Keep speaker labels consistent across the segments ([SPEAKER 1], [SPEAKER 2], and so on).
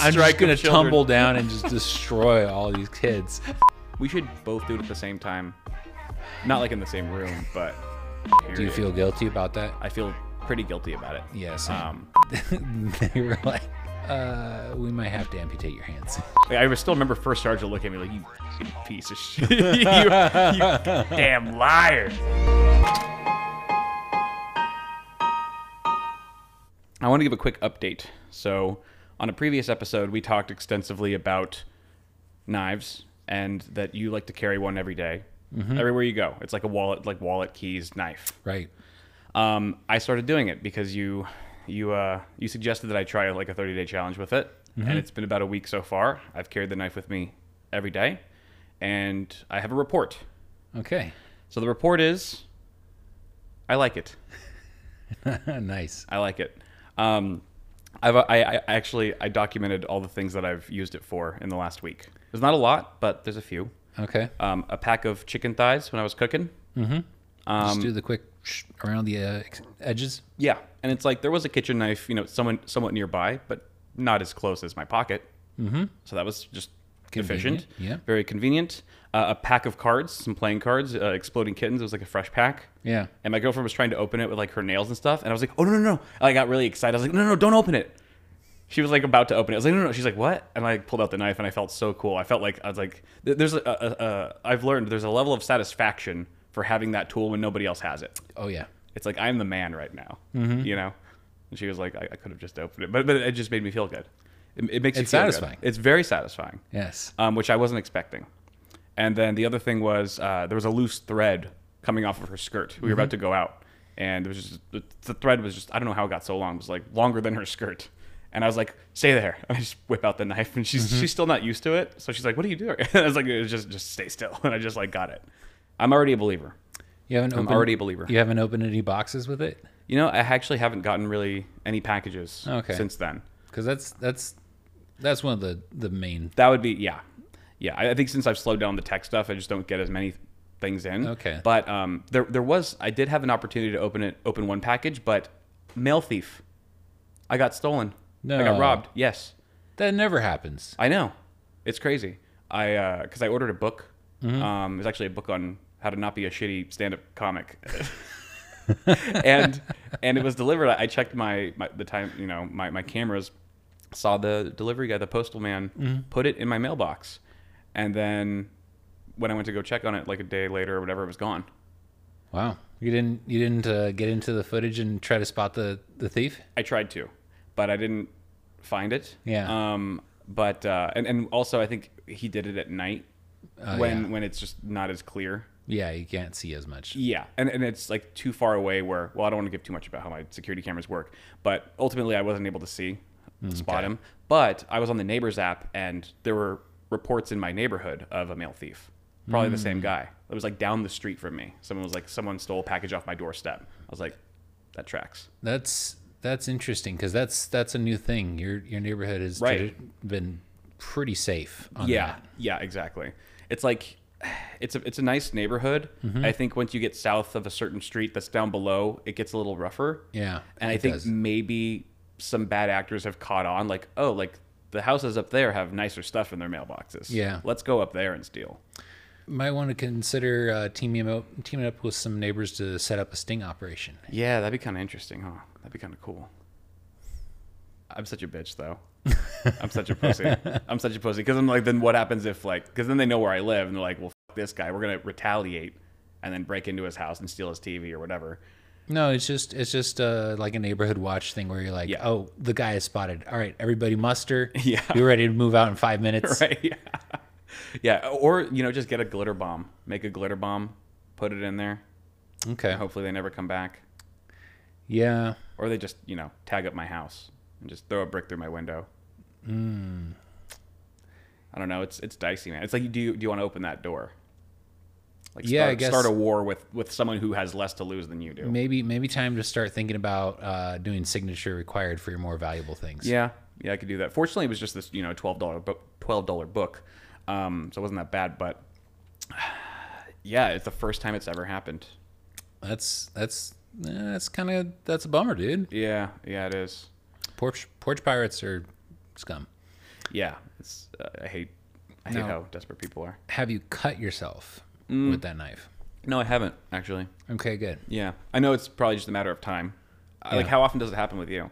[SPEAKER 1] I'm
[SPEAKER 2] Strike
[SPEAKER 1] just gonna
[SPEAKER 2] of children.
[SPEAKER 1] tumble down and just destroy all these kids.
[SPEAKER 2] We should both do it at the same time. Not like in the same room, but.
[SPEAKER 1] Do you
[SPEAKER 2] Period.
[SPEAKER 1] feel guilty about that?
[SPEAKER 2] I feel pretty guilty about it.
[SPEAKER 1] Yes.
[SPEAKER 2] Um,
[SPEAKER 1] they were like, uh, we might have to amputate your hands.
[SPEAKER 2] I still remember first Sergeant looking at me like, "You f***ing piece of shit, you, you damn liar." I want to give a quick update. So, on a previous episode, we talked extensively about knives and that you like to carry one every day.
[SPEAKER 1] Mm-hmm.
[SPEAKER 2] everywhere you go. It's like a wallet, like wallet, keys, knife.
[SPEAKER 1] Right.
[SPEAKER 2] um, I started doing it because you you uh, you suggested that I try like a 30 day challenge with it, and it's been about a week so far. I've carried the knife with me every day, and I have a report.
[SPEAKER 1] Okay.
[SPEAKER 2] So the report is, I like it.
[SPEAKER 1] nice.
[SPEAKER 2] I like it. Um, I've I, I actually I documented all the things that I've used it for in the last week. There's not a lot, but there's a few.
[SPEAKER 1] Okay.
[SPEAKER 2] Um, a pack of chicken thighs when I was cooking. Um,
[SPEAKER 1] Just do the quick sh- around the uh, ex- edges.
[SPEAKER 2] Yeah, and it's like there was a kitchen knife, you know, someone somewhat nearby, but not as close as my pocket. Mm-hmm. So that was just efficient.
[SPEAKER 1] Convenient, yeah.
[SPEAKER 2] very convenient. Uh, a pack of cards, some playing cards, uh, exploding kittens. It was like a fresh pack.
[SPEAKER 1] Yeah.
[SPEAKER 2] And my girlfriend was trying to open it with like her nails and stuff, and I was like, "Oh no, no, no!" I got really excited. I was like, "No, no, no, don't open it." She was like about to open it. I was like, "No, no." no. She's like, "What?" And I pulled out the knife, and I felt so cool. I felt like I was like, th- "There's a, a, a I've learned there's a level of satisfaction for having that tool when nobody else has it."
[SPEAKER 1] Oh, yeah.
[SPEAKER 2] it's like I'm the man right now,
[SPEAKER 1] Mm-hmm.
[SPEAKER 2] you know. And she was like, I, I could have just opened it, but but it just made me feel good. It, it makes
[SPEAKER 1] It's
[SPEAKER 2] you feel good.
[SPEAKER 1] satisfying.
[SPEAKER 2] It's very satisfying,
[SPEAKER 1] Yes.
[SPEAKER 2] um, which I wasn't expecting. And then the other thing was uh, there was a loose thread coming off of her skirt. We were
[SPEAKER 1] Mm-hmm.
[SPEAKER 2] about to go out, and there was just the, the thread was just I don't know how it got so long. It was like longer than her skirt. And I was like, "Stay there!" And I just whip out the knife, and
[SPEAKER 1] Mm-hmm.
[SPEAKER 2] she's she's still not used to it. So she's like, "What are you doing?" And I was like, "Just just stay still." And I just like got it. I'm already a believer.
[SPEAKER 1] You haven't opened,
[SPEAKER 2] already a believer.
[SPEAKER 1] You haven't opened any boxes with it?
[SPEAKER 2] You know, I actually haven't gotten really any packages
[SPEAKER 1] Okay.
[SPEAKER 2] since then.
[SPEAKER 1] Because that's, that's, that's one of the, the main.
[SPEAKER 2] That would be yeah, yeah. I I think since I've slowed down the tech stuff, I just don't get as many things in.
[SPEAKER 1] Okay.
[SPEAKER 2] But um, there there was I did have an opportunity to open it open one package, but mail thief, I got stolen. I
[SPEAKER 1] No.
[SPEAKER 2] got robbed. Yes,
[SPEAKER 1] That never happens.
[SPEAKER 2] I know. It's crazy. I because I ordered a book. Um, it's actually a book on how to not be a shitty stand-up comic. and and it was delivered. I I checked my, my the time you know my, my cameras, saw the delivery guy, the postal man, put it in my mailbox, and then when I went to go check on it like a day later or whatever, it was gone.
[SPEAKER 1] Wow. You didn't, you didn't uh, get into the footage and try to spot the, the thief?
[SPEAKER 2] I tried to, but I didn't find it.
[SPEAKER 1] Yeah.
[SPEAKER 2] Um. But uh, and and also I think he did it at night when
[SPEAKER 1] Oh, yeah.
[SPEAKER 2] when it's just not as clear.
[SPEAKER 1] Yeah. You can't see as much.
[SPEAKER 2] Yeah, and, and it's like too far away where, well, I don't want to give too much about how my security cameras work, but ultimately I wasn't able to see,
[SPEAKER 1] Mm,
[SPEAKER 2] spot him. But I was on the neighbors app and there were reports in my neighborhood of a mail thief, probably the
[SPEAKER 1] Mm.
[SPEAKER 2] same guy. It was like down the street from me. Someone was like, someone stole a package off my doorstep. I was like, that tracks.
[SPEAKER 1] That's that's interesting because that's that's a new thing. Your your neighborhood has
[SPEAKER 2] Right.
[SPEAKER 1] tradi- been pretty safe. On
[SPEAKER 2] yeah,
[SPEAKER 1] that.
[SPEAKER 2] yeah, exactly. It's like it's a it's a nice neighborhood.
[SPEAKER 1] Mm-hmm.
[SPEAKER 2] I think once you get south of a certain street that's down below, it gets a little rougher.
[SPEAKER 1] Yeah,
[SPEAKER 2] and I
[SPEAKER 1] it
[SPEAKER 2] think
[SPEAKER 1] does.
[SPEAKER 2] maybe some bad actors have caught on. Like, oh, like the houses up there have nicer stuff in their mailboxes.
[SPEAKER 1] Yeah.
[SPEAKER 2] let's go up there and steal.
[SPEAKER 1] might want to consider uh, teaming up teaming up with some neighbors to set up a sting operation.
[SPEAKER 2] Yeah, that'd be kind of interesting, huh? That'd be kind of cool. I'm such a bitch, though. I'm such a pussy. I'm such a pussy because I'm like, then what happens if like, because then they know where I live and they're like, well, f- this guy, we're gonna retaliate and then break into his house and steal his TV or whatever.
[SPEAKER 1] No, it's just it's just uh, like a neighborhood watch thing where you're like,
[SPEAKER 2] Yeah.
[SPEAKER 1] oh, the guy is spotted. All right, everybody muster.
[SPEAKER 2] Yeah.
[SPEAKER 1] you're ready to move out in five minutes.
[SPEAKER 2] Right? Yeah. yeah. Or you know, just get a glitter bomb, make a glitter bomb, put it in there.
[SPEAKER 1] Okay.
[SPEAKER 2] Hopefully they never come back,
[SPEAKER 1] Yeah.
[SPEAKER 2] or they just you know tag up my house and just throw a brick through my window.
[SPEAKER 1] Hmm.
[SPEAKER 2] I don't know. It's it's dicey, man. It's like do you do you want to open that door? Like
[SPEAKER 1] Yeah, I
[SPEAKER 2] start,
[SPEAKER 1] guess-
[SPEAKER 2] start a war with with someone who has less to lose than you do.
[SPEAKER 1] Maybe maybe time to start thinking about uh, doing signature required for your more valuable things.
[SPEAKER 2] Yeah, yeah, I could do that. Fortunately, it was just this, you know, twelve dollar book, twelve dollar book, um, so it wasn't that bad. But yeah, it's the first time it's ever happened.
[SPEAKER 1] That's that's eh, that's kind of that's a bummer, dude.
[SPEAKER 2] Yeah, yeah, it is.
[SPEAKER 1] Porch porch pirates are scum.
[SPEAKER 2] Yeah, it's, uh, I hate I hate
[SPEAKER 1] No.
[SPEAKER 2] how desperate people are.
[SPEAKER 1] Have you cut yourself with that knife?
[SPEAKER 2] No, I haven't actually.
[SPEAKER 1] Okay, good.
[SPEAKER 2] Yeah, I know it's probably just a matter of time. I- Like,
[SPEAKER 1] Yeah.
[SPEAKER 2] how often does it happen with you?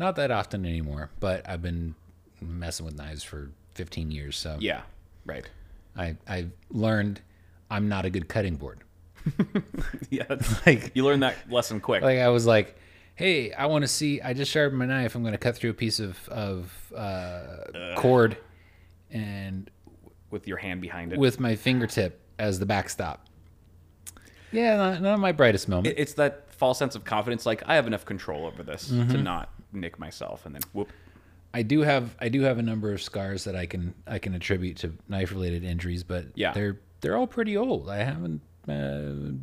[SPEAKER 1] Not that often anymore, but I've been messing with knives for 15 years, so
[SPEAKER 2] Yeah, right.
[SPEAKER 1] I I've learned I'm not a good cutting board.
[SPEAKER 2] yeah, that's-
[SPEAKER 1] Like
[SPEAKER 2] you learn that lesson quick.
[SPEAKER 1] like I was like, hey, I want to see. I just sharpened my knife. I'm going to cut through a piece of of uh, cord, and
[SPEAKER 2] with your hand behind it.
[SPEAKER 1] with my fingertip as the backstop. Yeah, not, not my brightest moment.
[SPEAKER 2] It- it's that false sense of confidence. Like I have enough control over this to not nick myself, and then whoop.
[SPEAKER 1] I do have I do have a number of scars that I can I can attribute to knife related injuries, but
[SPEAKER 2] Yeah.
[SPEAKER 1] they're they're all pretty old. I haven't uh,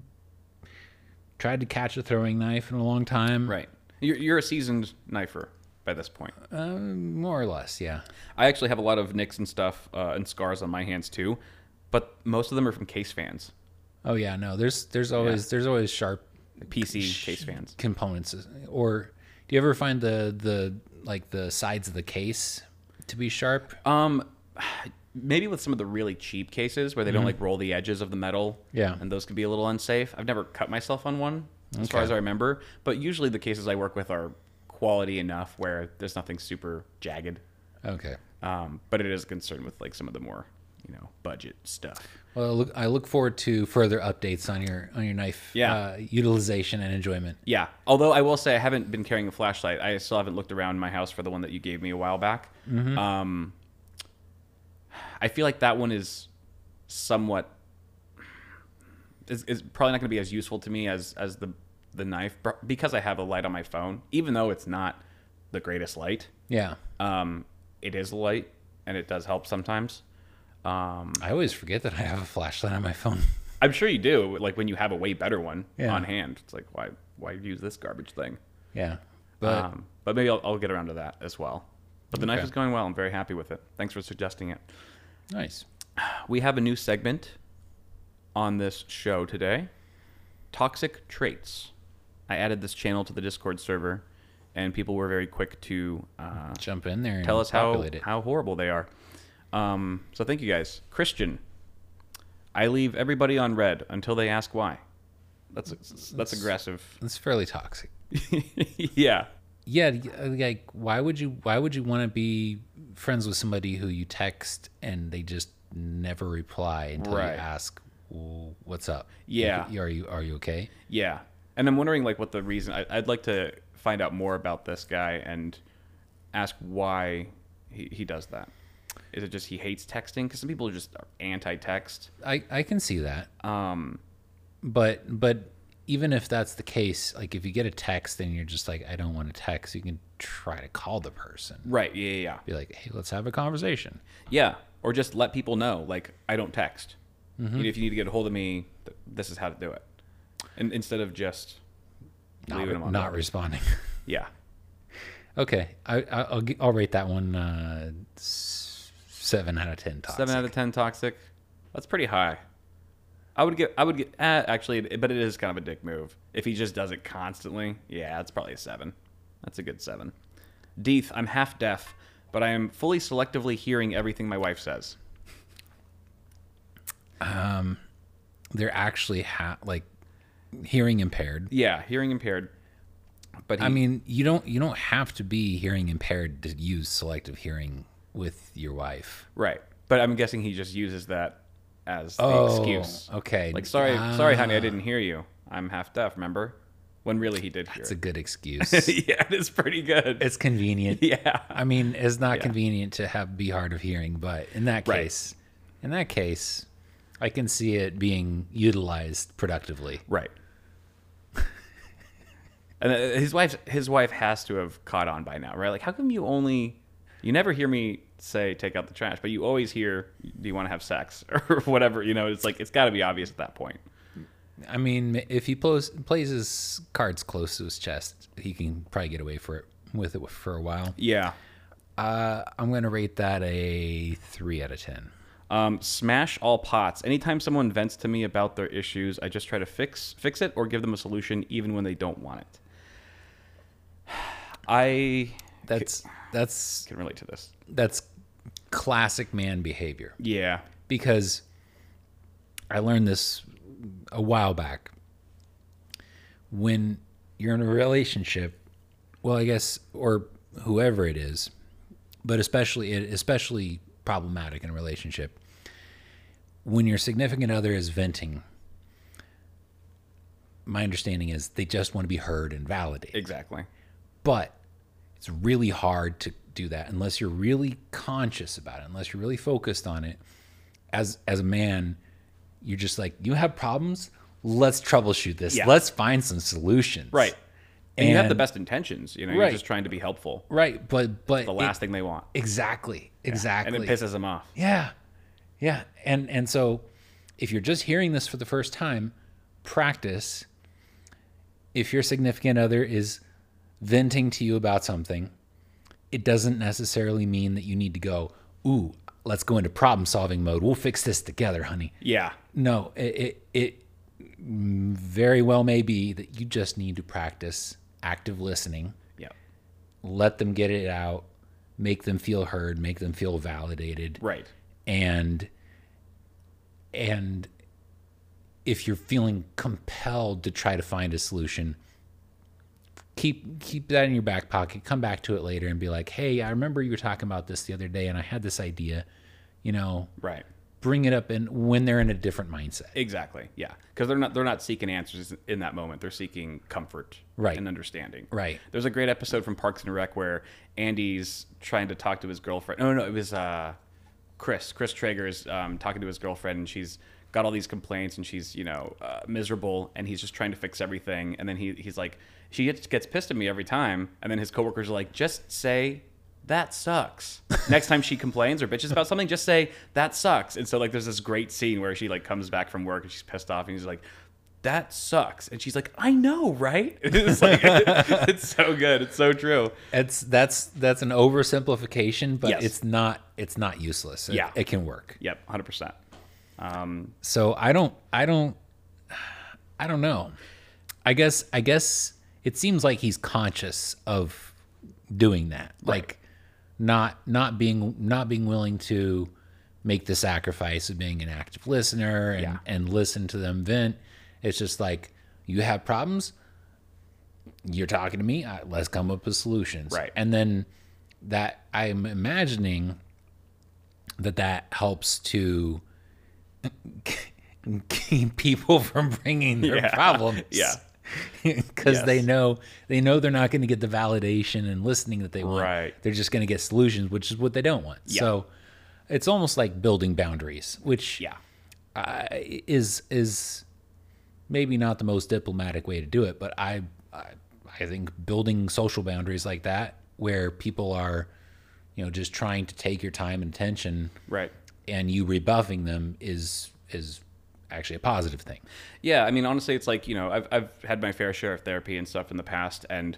[SPEAKER 1] tried to catch a throwing knife in a long time.
[SPEAKER 2] Right. You're, you're a seasoned knifer by this point.
[SPEAKER 1] Um, more or less, yeah.
[SPEAKER 2] I actually have a lot of nicks and stuff uh, and scars on my hands too, but most of them are from case fans,
[SPEAKER 1] Oh yeah, no. There's there's always there's always sharp
[SPEAKER 2] PC case fans.
[SPEAKER 1] components or do you ever find the the like the sides of the case to be sharp
[SPEAKER 2] Um, maybe with some of the really cheap cases where they don't like roll the edges of the metal.
[SPEAKER 1] Yeah.
[SPEAKER 2] And those can be a little unsafe. I've never cut myself on one, as far as I remember. But usually the cases I work with are quality enough where there's nothing super jagged.
[SPEAKER 1] okay
[SPEAKER 2] Um, but it is concerned with like some of the more, you know, budget stuff.
[SPEAKER 1] well I look, i look forward to further updates on your on your knife
[SPEAKER 2] Yeah.
[SPEAKER 1] uh, utilization and enjoyment
[SPEAKER 2] Yeah. Although I will say I haven't been carrying a flashlight. I still haven't looked around my house for the one that you gave me a while back. Um, I feel like that one is somewhat is, is probably not going to be as useful to me as as the the knife br- because I have a light on my phone. Even though it's not the greatest light,
[SPEAKER 1] yeah
[SPEAKER 2] um, it is a light and it does help sometimes. Um,
[SPEAKER 1] i always forget that i have a flashlight on my phone
[SPEAKER 2] I'm sure you do. Like when you have a way better one
[SPEAKER 1] Yeah.
[SPEAKER 2] on hand, it's like why why use this garbage thing?
[SPEAKER 1] yeah but
[SPEAKER 2] um, but maybe I'll, I'll get around to that as well. But the knife
[SPEAKER 1] Okay.
[SPEAKER 2] is going well. I'm very happy with it. Thanks for suggesting it.
[SPEAKER 1] nice
[SPEAKER 2] Uh, We have a new segment on this show today Toxic Traits. I added this channel to the Discord server, and people were very quick to uh,
[SPEAKER 1] jump in there and
[SPEAKER 2] tell us how,
[SPEAKER 1] populate it.
[SPEAKER 2] how horrible they are. Um, so thank you guys. Christian, I leave everybody on red until they ask why. That's, that's, that's aggressive.
[SPEAKER 1] it's fairly toxic
[SPEAKER 2] yeah.
[SPEAKER 1] yeah y- uh, like why would you why would you want to be friends with somebody who you text and they just never reply until
[SPEAKER 2] Right.
[SPEAKER 1] you ask "Well, what's up
[SPEAKER 2] Yeah.
[SPEAKER 1] Like, are you are you okay
[SPEAKER 2] Yeah, and I'm wondering like what the reason. I, I'd like to find out more about this guy and ask why he, he does that. Is it just he hates texting? Because some people are just anti-text.
[SPEAKER 1] I, I can see that. Um, but but even if that's the case, like if you get a text and you're just like, I don't want to text, you can try to call the person.
[SPEAKER 2] Right. Yeah. Yeah.
[SPEAKER 1] Be like, hey, let's have a conversation.
[SPEAKER 2] Yeah. yeah. Or just let people know like I don't text. And if you need to get a hold of me, th- this is how to do it. And instead of just
[SPEAKER 1] Not,
[SPEAKER 2] leaving them on
[SPEAKER 1] not
[SPEAKER 2] red.
[SPEAKER 1] responding.
[SPEAKER 2] yeah.
[SPEAKER 1] okay, I, I I'll gi- I'll rate that one uh, s- seven out of ten. Toxic.
[SPEAKER 2] Seven out of ten toxic. That's pretty high. I would get. I would get. Uh, actually, it- but it is kind of a dick move if he just does it constantly. Yeah, that's probably a seven. That's a good seven. Deeth, I'm half deaf, but I am fully selectively hearing everything my wife says.
[SPEAKER 1] They're actually ha- like hearing impaired.
[SPEAKER 2] Yeah, hearing impaired. But he,
[SPEAKER 1] I mean, you don't you don't have to be hearing impaired to use selective hearing with your wife.
[SPEAKER 2] right. But I'm guessing he just uses that as the excuse.
[SPEAKER 1] Oh, okay.
[SPEAKER 2] Like, sorry,
[SPEAKER 1] Ah,
[SPEAKER 2] sorry, honey, I didn't hear you. I'm half deaf. Remember? When really he did hear.
[SPEAKER 1] It's a
[SPEAKER 2] it.
[SPEAKER 1] good excuse.
[SPEAKER 2] yeah, it's pretty good.
[SPEAKER 1] It's convenient.
[SPEAKER 2] yeah.
[SPEAKER 1] I mean, it's not convenient to have be hard of hearing, but in that
[SPEAKER 2] Right.
[SPEAKER 1] case, in that case, I can see it being utilized productively.
[SPEAKER 2] Right. and uh, his wife, his wife has to have caught on by now, right? Like, how come you only, you never hear me say take out the trash, but you always hear, do you want to have sex or whatever? You know, it's like it's got to be obvious at that point.
[SPEAKER 1] I mean, if he plays plays his cards close to his chest, he can probably get away for it with it for a while.
[SPEAKER 2] Yeah.
[SPEAKER 1] Uh, I'm gonna rate that a three out of ten.
[SPEAKER 2] Um, smash all pots. Anytime someone vents to me about their issues, I just try to fix fix it or give them a solution, even when they don't want it. I
[SPEAKER 1] That's that's
[SPEAKER 2] can relate to this.
[SPEAKER 1] that's classic man behavior
[SPEAKER 2] Yeah.
[SPEAKER 1] because I learned this a while back. When you're in a relationship, well, I guess, or whoever it is, but especially it especially problematic in a relationship when your significant other is venting. My understanding is they just want to be heard and validated
[SPEAKER 2] Exactly.
[SPEAKER 1] but it's really hard to do that unless you're really conscious about it unless you're really focused on it as as a man you're just like you have problems let's troubleshoot this
[SPEAKER 2] Yeah.
[SPEAKER 1] let's find some solutions
[SPEAKER 2] Right. And, you have the
[SPEAKER 1] And-
[SPEAKER 2] best intentions. You know,
[SPEAKER 1] Right.
[SPEAKER 2] you're just trying to be helpful.
[SPEAKER 1] right but but
[SPEAKER 2] The
[SPEAKER 1] it-
[SPEAKER 2] last thing they want.
[SPEAKER 1] exactly exactly
[SPEAKER 2] And it pisses them off.
[SPEAKER 1] yeah yeah and and so if you're just hearing this for the first time practice if your significant other is venting to you about something it doesn't necessarily mean that you need to go ooh let's go into problem solving mode we'll fix this together honey
[SPEAKER 2] Yeah.
[SPEAKER 1] no it it, it mm, very well may be that you just need to practice active listening
[SPEAKER 2] Yeah.
[SPEAKER 1] let them get it out make them feel heard make them feel validated
[SPEAKER 2] Right.
[SPEAKER 1] and and if you're feeling compelled to try to find a solution keep keep that in your back pocket come back to it later and be like hey i remember you were talking about this the other day and i had this idea you know
[SPEAKER 2] Right.
[SPEAKER 1] bring it up and when they're in a different mindset
[SPEAKER 2] Exactly. Yeah. Because they're not they're not seeking answers in that moment. They're seeking comfort
[SPEAKER 1] Right.
[SPEAKER 2] and understanding.
[SPEAKER 1] right
[SPEAKER 2] There's a great episode from Parks and Rec where Andy's trying to talk to his girlfriend. No, no, it was uh, Chris. Chris Traeger is um, talking to his girlfriend, and she's got all these complaints, and she's you know uh, miserable, and he's just trying to fix everything. And then he he's like, she gets, gets pissed at me every time. And then his coworkers are like, just say that sucks. Next time she complains or bitches about something, just say that sucks. And so like, there's this great scene where she like comes back from work and she's pissed off, and he's like. That sucks, and she's like, "I know, right?" It's like it's so good, it's so true.
[SPEAKER 1] it's that's that's an oversimplification but
[SPEAKER 2] Yes.
[SPEAKER 1] it's not it's not useless It-
[SPEAKER 2] Yeah.
[SPEAKER 1] it can work
[SPEAKER 2] Yep, hundred percent.
[SPEAKER 1] so i don't i don't i don't know i guess i guess it seems like he's conscious of doing that like not not being not being willing to make the sacrifice of being an active listener and
[SPEAKER 2] Yeah.
[SPEAKER 1] and listen to them vent it's just like you have problems you're talking to me I, let's come up with solutions
[SPEAKER 2] Right.
[SPEAKER 1] and then that i'm imagining that that helps to keep people from bringing their
[SPEAKER 2] Yeah.
[SPEAKER 1] problems.
[SPEAKER 2] Yeah.
[SPEAKER 1] Because they
[SPEAKER 2] Yes.
[SPEAKER 1] know they know they're not going to get the validation and listening that they want.
[SPEAKER 2] Right.
[SPEAKER 1] They're just going to get solutions, which is what they don't want. So it's almost like building boundaries, which
[SPEAKER 2] Yeah,
[SPEAKER 1] uh, is is maybe not the most diplomatic way to do it, but I, I I think building social boundaries like that, where people are, you know, just trying to take your time and attention
[SPEAKER 2] right.
[SPEAKER 1] and you rebuffing them is is actually a positive thing.
[SPEAKER 2] Yeah, I mean, honestly, it's like you know, I've I've had my fair share of therapy and stuff in the past, and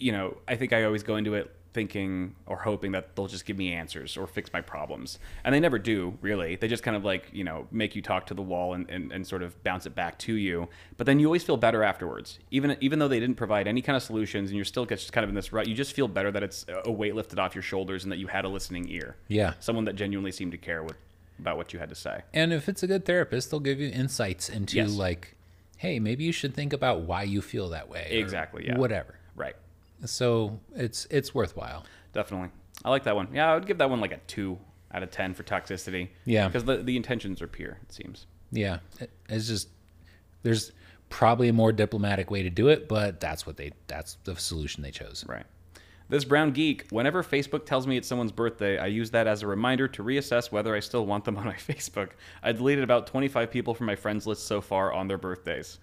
[SPEAKER 2] you know, I think I always go into it thinking or hoping that they'll just give me answers or fix my problems, and they never do. Really, they just kind of like you know make you talk to the wall and, and, and sort of bounce it back to you. But then you always feel better afterwards, even even though they didn't provide any kind of solutions, and you're still just kind of in this rut. You just feel better that it's a weight lifted off your shoulders and that you had a listening ear.
[SPEAKER 1] Yeah.
[SPEAKER 2] someone that genuinely seemed to care what, about what you had to say.
[SPEAKER 1] And if it's a good therapist, they'll give you insights into
[SPEAKER 2] Yes.
[SPEAKER 1] like, hey, maybe you should think about why you feel that way. or
[SPEAKER 2] Exactly, yeah.
[SPEAKER 1] Whatever.
[SPEAKER 2] Right.
[SPEAKER 1] So it's it's worthwhile.
[SPEAKER 2] Definitely. I like that one. Yeah, I would give that one like a two out of ten for toxicity.
[SPEAKER 1] Yeah.
[SPEAKER 2] Because the, the intentions are pure, it seems.
[SPEAKER 1] Yeah. It- It's just there's probably a more diplomatic way to do it, but that's what they that's the solution they chose.
[SPEAKER 2] Right. This brown geek, whenever Facebook tells me it's someone's birthday, I use that as a reminder to reassess whether I still want them on my Facebook. I deleted about 25 people from my friends list so far on their birthdays.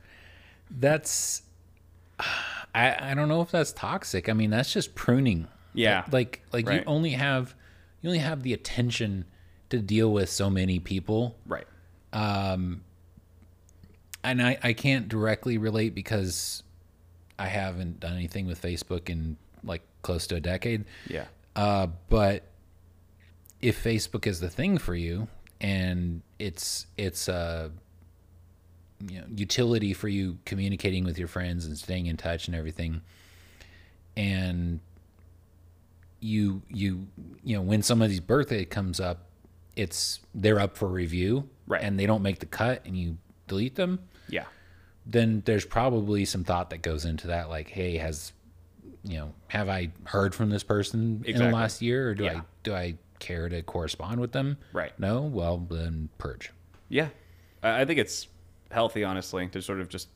[SPEAKER 1] That's I I don't know if that's toxic. I mean, that's just pruning.
[SPEAKER 2] Yeah.
[SPEAKER 1] Like like you
[SPEAKER 2] Right.
[SPEAKER 1] only have you only have the attention to deal with so many people.
[SPEAKER 2] Right.
[SPEAKER 1] and I, I can't directly relate because I haven't done anything with Facebook in like close to a decade.
[SPEAKER 2] Yeah.
[SPEAKER 1] Uh, but if Facebook is the thing for you and it's it's a you know, utility for you communicating with your friends and staying in touch and everything, and you you you know when somebody's birthday comes up, it's they're up for review,
[SPEAKER 2] Right.
[SPEAKER 1] And they don't make the cut, and you delete them.
[SPEAKER 2] Yeah.
[SPEAKER 1] Then there's probably some thought that goes into that, like, hey, has you know, have I heard from this person in
[SPEAKER 2] Exactly.
[SPEAKER 1] the last year, or do I
[SPEAKER 2] Yeah.
[SPEAKER 1] do I care to correspond with them?
[SPEAKER 2] Right.
[SPEAKER 1] No. Well, then purge.
[SPEAKER 2] Yeah. I I think it's healthy, honestly, to sort of just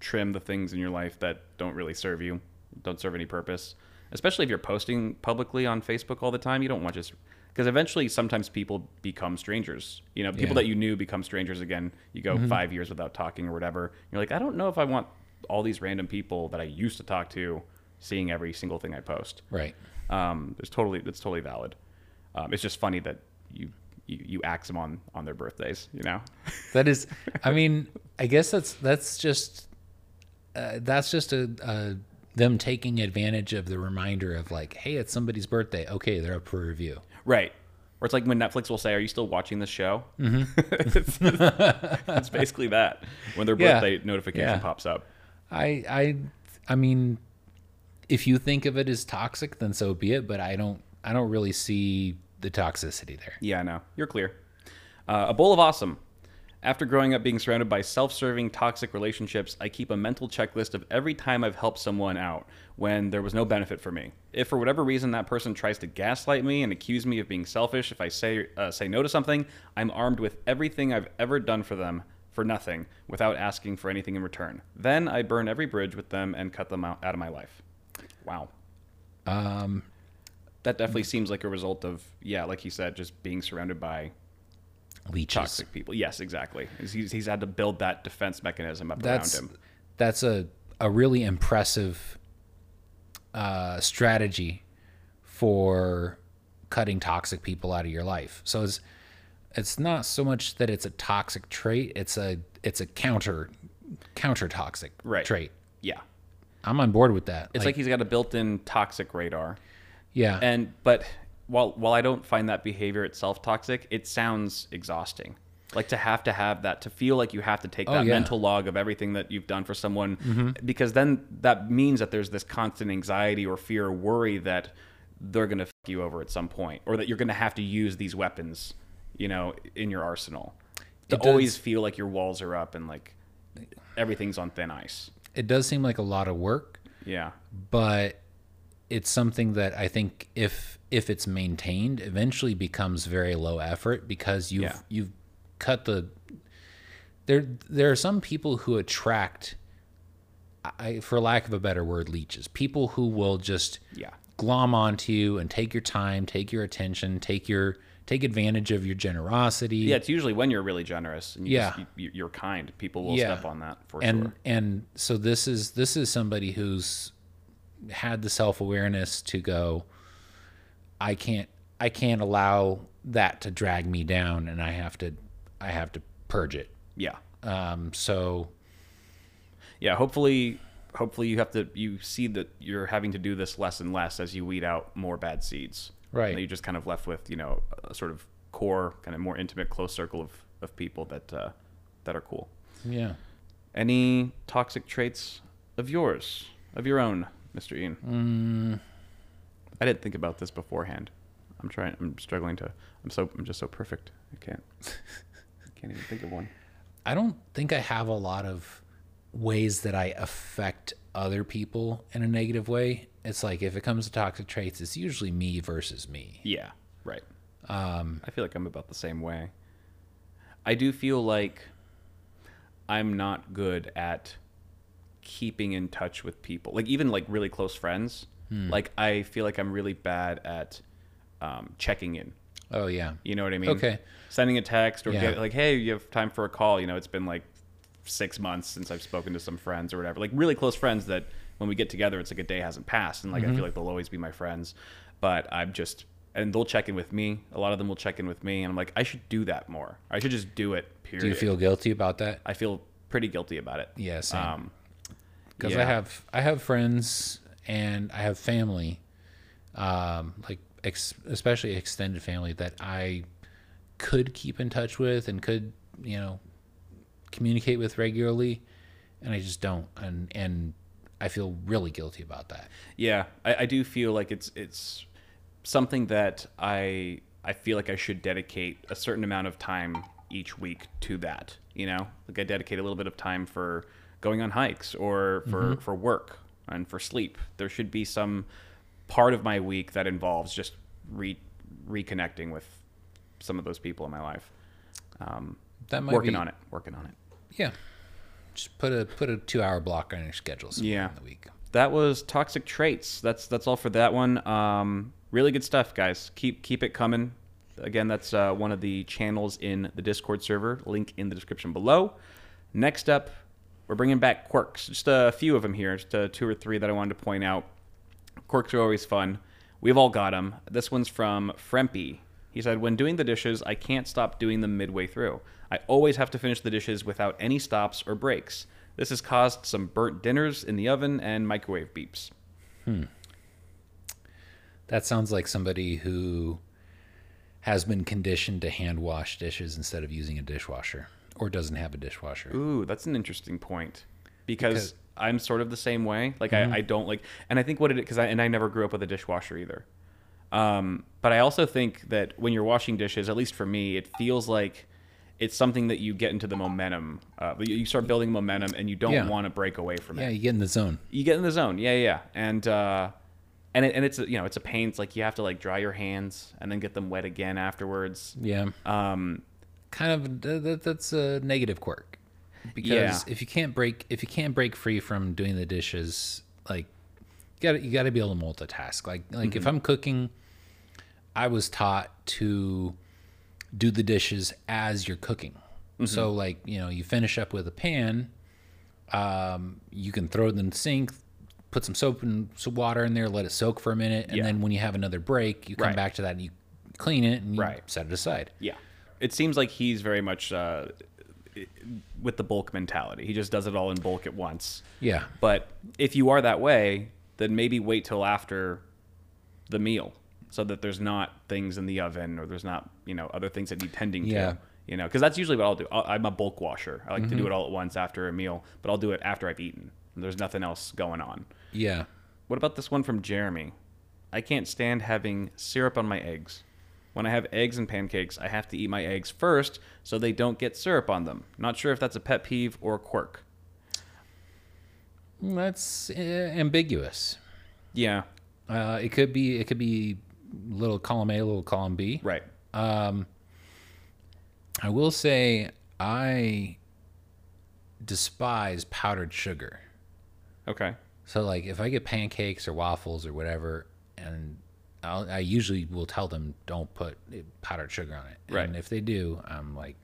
[SPEAKER 2] trim the things in your life that don't really serve you, don't serve any purpose. Especially if you're posting publicly on Facebook all the time, you don't want just because eventually sometimes people become strangers. You know, people
[SPEAKER 1] Yeah.
[SPEAKER 2] that you knew become strangers again. You go five years without talking or whatever. You're like, I don't know if I want all these random people that I used to talk to seeing every single thing I post.
[SPEAKER 1] Right.
[SPEAKER 2] Um, it's totally that's totally valid. Um, it's just funny that you you, you axe them on on their birthdays. You know.
[SPEAKER 1] That is, I mean, I guess that's that's just uh, that's just a, a them taking advantage of the reminder of like, hey, it's somebody's birthday. Okay, they're up for review.
[SPEAKER 2] Right. Or it's like when Netflix will say, "Are you still watching this show?"
[SPEAKER 1] Mm-hmm.
[SPEAKER 2] it's, it's basically that when their
[SPEAKER 1] Yeah.
[SPEAKER 2] birthday notification
[SPEAKER 1] Yeah.
[SPEAKER 2] pops up.
[SPEAKER 1] I I I mean, if you think of it as toxic, then so be it. But I don't I don't really see the toxicity there.
[SPEAKER 2] Yeah, I know. You're clear. Uh, a bowl of awesome. After growing up being surrounded by self serving, toxic relationships, I keep a mental checklist of every time I've helped someone out when there was no benefit for me. If for whatever reason that person tries to gaslight me and accuse me of being selfish if I say, uh, say no to something, I'm armed with everything I've ever done for them for nothing without asking for anything in return. Then I burn every bridge with them and cut them out, out of my life. Wow that definitely seems like a result of yeah, like he said, just being surrounded by
[SPEAKER 1] Leeches.
[SPEAKER 2] toxic people. Yes, exactly. He's, he's had to build that defense mechanism up
[SPEAKER 1] That's
[SPEAKER 2] around him.
[SPEAKER 1] that's a a really impressive uh, strategy for cutting toxic people out of your life. So it's it's not so much that it's a toxic trait; it's a it's a counter counter toxic
[SPEAKER 2] Right.
[SPEAKER 1] trait.
[SPEAKER 2] Yeah,
[SPEAKER 1] I'm on board with that.
[SPEAKER 2] it's like, he's got a built-in toxic radar.
[SPEAKER 1] yeah,
[SPEAKER 2] And but while while I don't find that behavior itself toxic, it sounds exhausting. Like to have to have that to feel like you have to take that
[SPEAKER 1] Oh, yeah. Mm-hmm.
[SPEAKER 2] mental log of everything that you've done for someone, because then that means that there's this constant anxiety or fear or worry that they're gonna f- you over at some point, or that you're gonna have to use these weapons, you know, in your arsenal. To
[SPEAKER 1] It does-
[SPEAKER 2] always feel like your walls are up and like everything's on thin ice.
[SPEAKER 1] it does seem like a lot of work,
[SPEAKER 2] Yeah,
[SPEAKER 1] but it's something that I think if if it's maintained, eventually becomes very low effort because you've
[SPEAKER 2] Yeah.
[SPEAKER 1] you've cut the there there are some people who attract I for lack of a better word, leeches. People who will just
[SPEAKER 2] yeah,
[SPEAKER 1] glom onto you and take your time, take your attention, take your take advantage of your generosity.
[SPEAKER 2] yeah. It's usually when you're really generous and you
[SPEAKER 1] Yeah.
[SPEAKER 2] just, you, you're kind, people will
[SPEAKER 1] Yeah.
[SPEAKER 2] step on that for
[SPEAKER 1] and
[SPEAKER 2] sure.
[SPEAKER 1] and so this is this is somebody who's had the self-awareness to go i can't i can't allow that to drag me down and i have to i have to purge it
[SPEAKER 2] Yeah.
[SPEAKER 1] um so
[SPEAKER 2] Yeah. Hopefully, hopefully you have to, you see that you're having to do this less and less as you weed out more bad seeds.
[SPEAKER 1] Right.
[SPEAKER 2] That you're just kind of left with, you know, a sort of core, kind of more intimate, close circle of, of people that, uh, that are cool.
[SPEAKER 1] yeah
[SPEAKER 2] Any toxic traits of yours, of your own, Mr. Ian? Mm. I didn't think about this beforehand. I'm trying, I'm struggling to, I'm so, I'm just so perfect. I can't, I can't even think of one.
[SPEAKER 1] i don't think i have a lot of ways that i affect other people in a negative way it's like if it comes to toxic traits it's usually me versus me
[SPEAKER 2] Yeah, right. Um, I feel like I'm about the same way. I do feel like I'm not good at keeping in touch with people, like even like really close friends. Like I feel like I'm really bad at um, checking in.
[SPEAKER 1] oh yeah
[SPEAKER 2] You know what I mean?
[SPEAKER 1] Okay.
[SPEAKER 2] Sending a text or
[SPEAKER 1] Yeah.
[SPEAKER 2] get, like, hey, you have time for a call? You know, it's been like six months since I've spoken to some friends or whatever. Like really close friends that when we get together, it's like a day hasn't passed, and like
[SPEAKER 1] Mm-hmm.
[SPEAKER 2] I feel like they'll always be my friends. But I'm just and they'll check in with me. A lot of them will check in with me, and I'm like, I should do that more. I should just do it. Period.
[SPEAKER 1] do you feel guilty about that
[SPEAKER 2] I feel pretty guilty about it.
[SPEAKER 1] yeah same.
[SPEAKER 2] Um,
[SPEAKER 1] because I
[SPEAKER 2] Yeah.
[SPEAKER 1] have I have friends and I have family, um, like ex- especially extended family that I could keep in touch with and could you know communicate with regularly, and I just don't, and and I feel really guilty about that.
[SPEAKER 2] Yeah, I, I do feel like it's it's something that I I feel like I should dedicate a certain amount of time each week to that. You know, like I dedicate a little bit of time for going on hikes or for
[SPEAKER 1] Mm-hmm.
[SPEAKER 2] for work and for sleep. There should be some part of my week that involves just re- reconnecting with some of those people in my life. Um,
[SPEAKER 1] That might
[SPEAKER 2] working
[SPEAKER 1] be,
[SPEAKER 2] on it, working on it.
[SPEAKER 1] Yeah. Just put a put a two hour block on your schedule. sometime
[SPEAKER 2] Yeah.
[SPEAKER 1] In the week.
[SPEAKER 2] that was toxic traits that's that's all for that one um, really good stuff guys keep keep it coming again that's uh, one of the channels in the discord server link in the description below next up we're bringing back quirks just a few of them here just uh, two or three that i wanted to point out quirks are always fun we've all got them this one's from frempy he said when doing the dishes i can't stop doing them midway through i always have to finish the dishes without any stops or breaks this has caused some burnt dinners in the oven and microwave beeps
[SPEAKER 1] That sounds like somebody who has been conditioned to hand wash dishes instead of using a dishwasher or doesn't have a dishwasher.
[SPEAKER 2] Ooh, that's an interesting point because, I'm sort of the same way. Like
[SPEAKER 1] Mm-hmm.
[SPEAKER 2] I, I don't like, and I think what it because I and I never grew up with a dishwasher either. Um, but I also think that when you're washing dishes, at least for me, it feels like it's something that you get into the momentum. Uh, you you start building momentum, and you don't
[SPEAKER 1] Yeah.
[SPEAKER 2] want to break away from
[SPEAKER 1] Yeah,
[SPEAKER 2] it.
[SPEAKER 1] you get in the zone.
[SPEAKER 2] You get in the zone. Yeah, yeah, and uh, and it, and it's a, you know it's a pain. It's like you have to like dry your hands and then get them wet again afterwards.
[SPEAKER 1] Yeah.
[SPEAKER 2] Um,
[SPEAKER 1] Kind of th- that, that's a negative quirk. Because
[SPEAKER 2] Yeah.
[SPEAKER 1] if you can't break if you can't break free from doing the dishes, like you got to you got to be able to multitask. Like like
[SPEAKER 2] Mm-hmm.
[SPEAKER 1] if I'm cooking, I was taught to do the dishes as you're cooking.
[SPEAKER 2] Mm-hmm.
[SPEAKER 1] So like, you know, you finish up with a pan, you can throw it in the sink, put some soap and some water in there, let it soak for a minute, and
[SPEAKER 2] Yeah.
[SPEAKER 1] then when you have another break, you come
[SPEAKER 2] Right.
[SPEAKER 1] back to that and you clean it and you
[SPEAKER 2] Right.
[SPEAKER 1] set it aside.
[SPEAKER 2] Yeah. It seems like he's very much uh, with the bulk mentality. He just does it all in bulk at once.
[SPEAKER 1] Yeah.
[SPEAKER 2] But if you are that way, then maybe wait till after the meal so that there's not things in the oven or there's not, you know, other things that need tending
[SPEAKER 1] Yeah.
[SPEAKER 2] to. You know, because that's usually what I'll do. I'll, I'm a bulk washer. I like to do it all at once after a meal, but I'll do it after I've eaten. There's nothing else going on.
[SPEAKER 1] Yeah.
[SPEAKER 2] What about this one from Jeremy? I can't stand having syrup on my eggs. When I have eggs and pancakes, I have to eat my eggs first so they don't get syrup on them. Not sure if that's a pet peeve or a quirk.
[SPEAKER 1] That's uh, ambiguous.
[SPEAKER 2] Yeah,
[SPEAKER 1] Uh, it could be it could be little column A, little column B.
[SPEAKER 2] right.
[SPEAKER 1] I will say I despise powdered sugar.
[SPEAKER 2] Okay.
[SPEAKER 1] So like if I get pancakes or waffles or whatever, and I'll, I usually will tell them don't put powdered sugar on it.
[SPEAKER 2] Right.
[SPEAKER 1] And if they do, I'm like,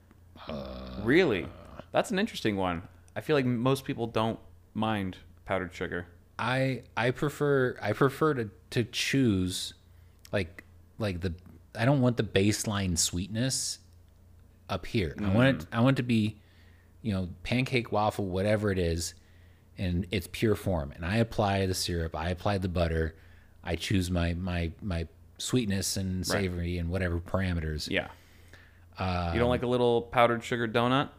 [SPEAKER 2] really? That's an interesting one. I feel like most people don't mind powdered sugar.
[SPEAKER 1] I I prefer I prefer to to choose like like the I don't want the baseline sweetness up here. I want it I want it to be you know pancake waffle whatever it is in its pure form and I apply the syrup, I apply the butter, I choose my my my sweetness and savory and whatever parameters.
[SPEAKER 2] Yeah. you don't like a little powdered sugar donut?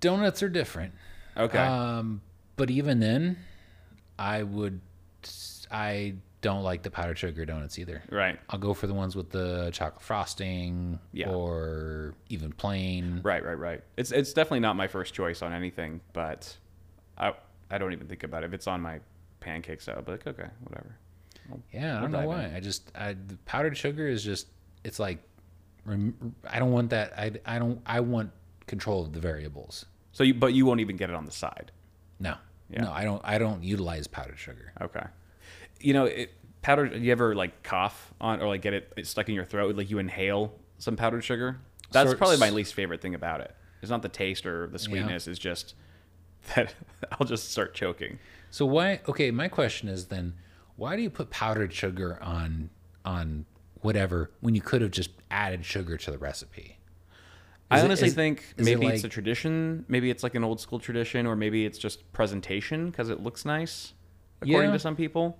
[SPEAKER 1] Donuts are different.
[SPEAKER 2] Okay.
[SPEAKER 1] Um, but even then, I would, I don't like the powdered sugar donuts either.
[SPEAKER 2] right.
[SPEAKER 1] I'll go for the ones with the chocolate frosting
[SPEAKER 2] Yeah.
[SPEAKER 1] or even plain.
[SPEAKER 2] Right, right, right. It's it's definitely not my first choice on anything, but I I don't even think about it. If it's on my pancakes, I'll be like, okay, whatever.
[SPEAKER 1] Yeah, I don't know
[SPEAKER 2] dive
[SPEAKER 1] why. I just I the powdered sugar is just it's like rem- I don't want that. I I don't I want control of the variables.
[SPEAKER 2] So you but you won't even get it on the side.
[SPEAKER 1] No.
[SPEAKER 2] Yeah.
[SPEAKER 1] No, I don't I don't utilize powdered sugar.
[SPEAKER 2] Okay. You know, it, powdered. You ever like cough on or like get it it's stuck in your throat? Like you inhale some powdered sugar. That's
[SPEAKER 1] Sort-
[SPEAKER 2] probably my least favorite thing about it. It's not the taste or the sweetness. It's just that I'll just start choking.
[SPEAKER 1] So why? Okay, my question is then, why do you put powdered sugar on on whatever when you could have just added sugar to the recipe?
[SPEAKER 2] I
[SPEAKER 1] Is it-
[SPEAKER 2] honestly
[SPEAKER 1] is-
[SPEAKER 2] think
[SPEAKER 1] is it
[SPEAKER 2] maybe it's a
[SPEAKER 1] like-
[SPEAKER 2] tradition, maybe it's like an old school tradition, or maybe it's just presentation because it looks nice, according
[SPEAKER 1] Yeah.
[SPEAKER 2] to some people.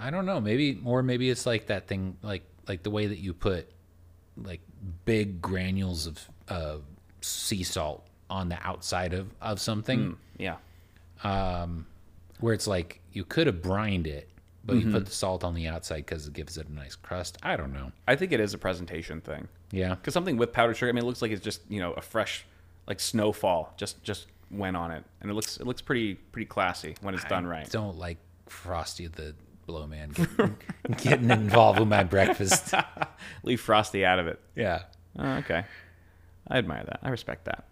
[SPEAKER 1] I don't know. Maybe or maybe it's like that thing, like like the way that you put like big granules of uh, sea salt on the outside of
[SPEAKER 2] Hmm.
[SPEAKER 1] of something,
[SPEAKER 2] Yeah,
[SPEAKER 1] where it's like you could have brined it, but you put the salt on the outside because it gives it a nice crust. I don't know.
[SPEAKER 2] I think it is a presentation thing.
[SPEAKER 1] Yeah.
[SPEAKER 2] Because something with powdered sugar, I mean, it looks like it's just you know a fresh like snowfall just just went on it, and it looks it looks pretty pretty classy when it's done right.
[SPEAKER 1] Don't like Frosty the Blow Man getting, getting involved with my breakfast.
[SPEAKER 2] Leave frosty out of it.
[SPEAKER 1] Yeah.
[SPEAKER 2] Oh, okay. I admire that. I respect that.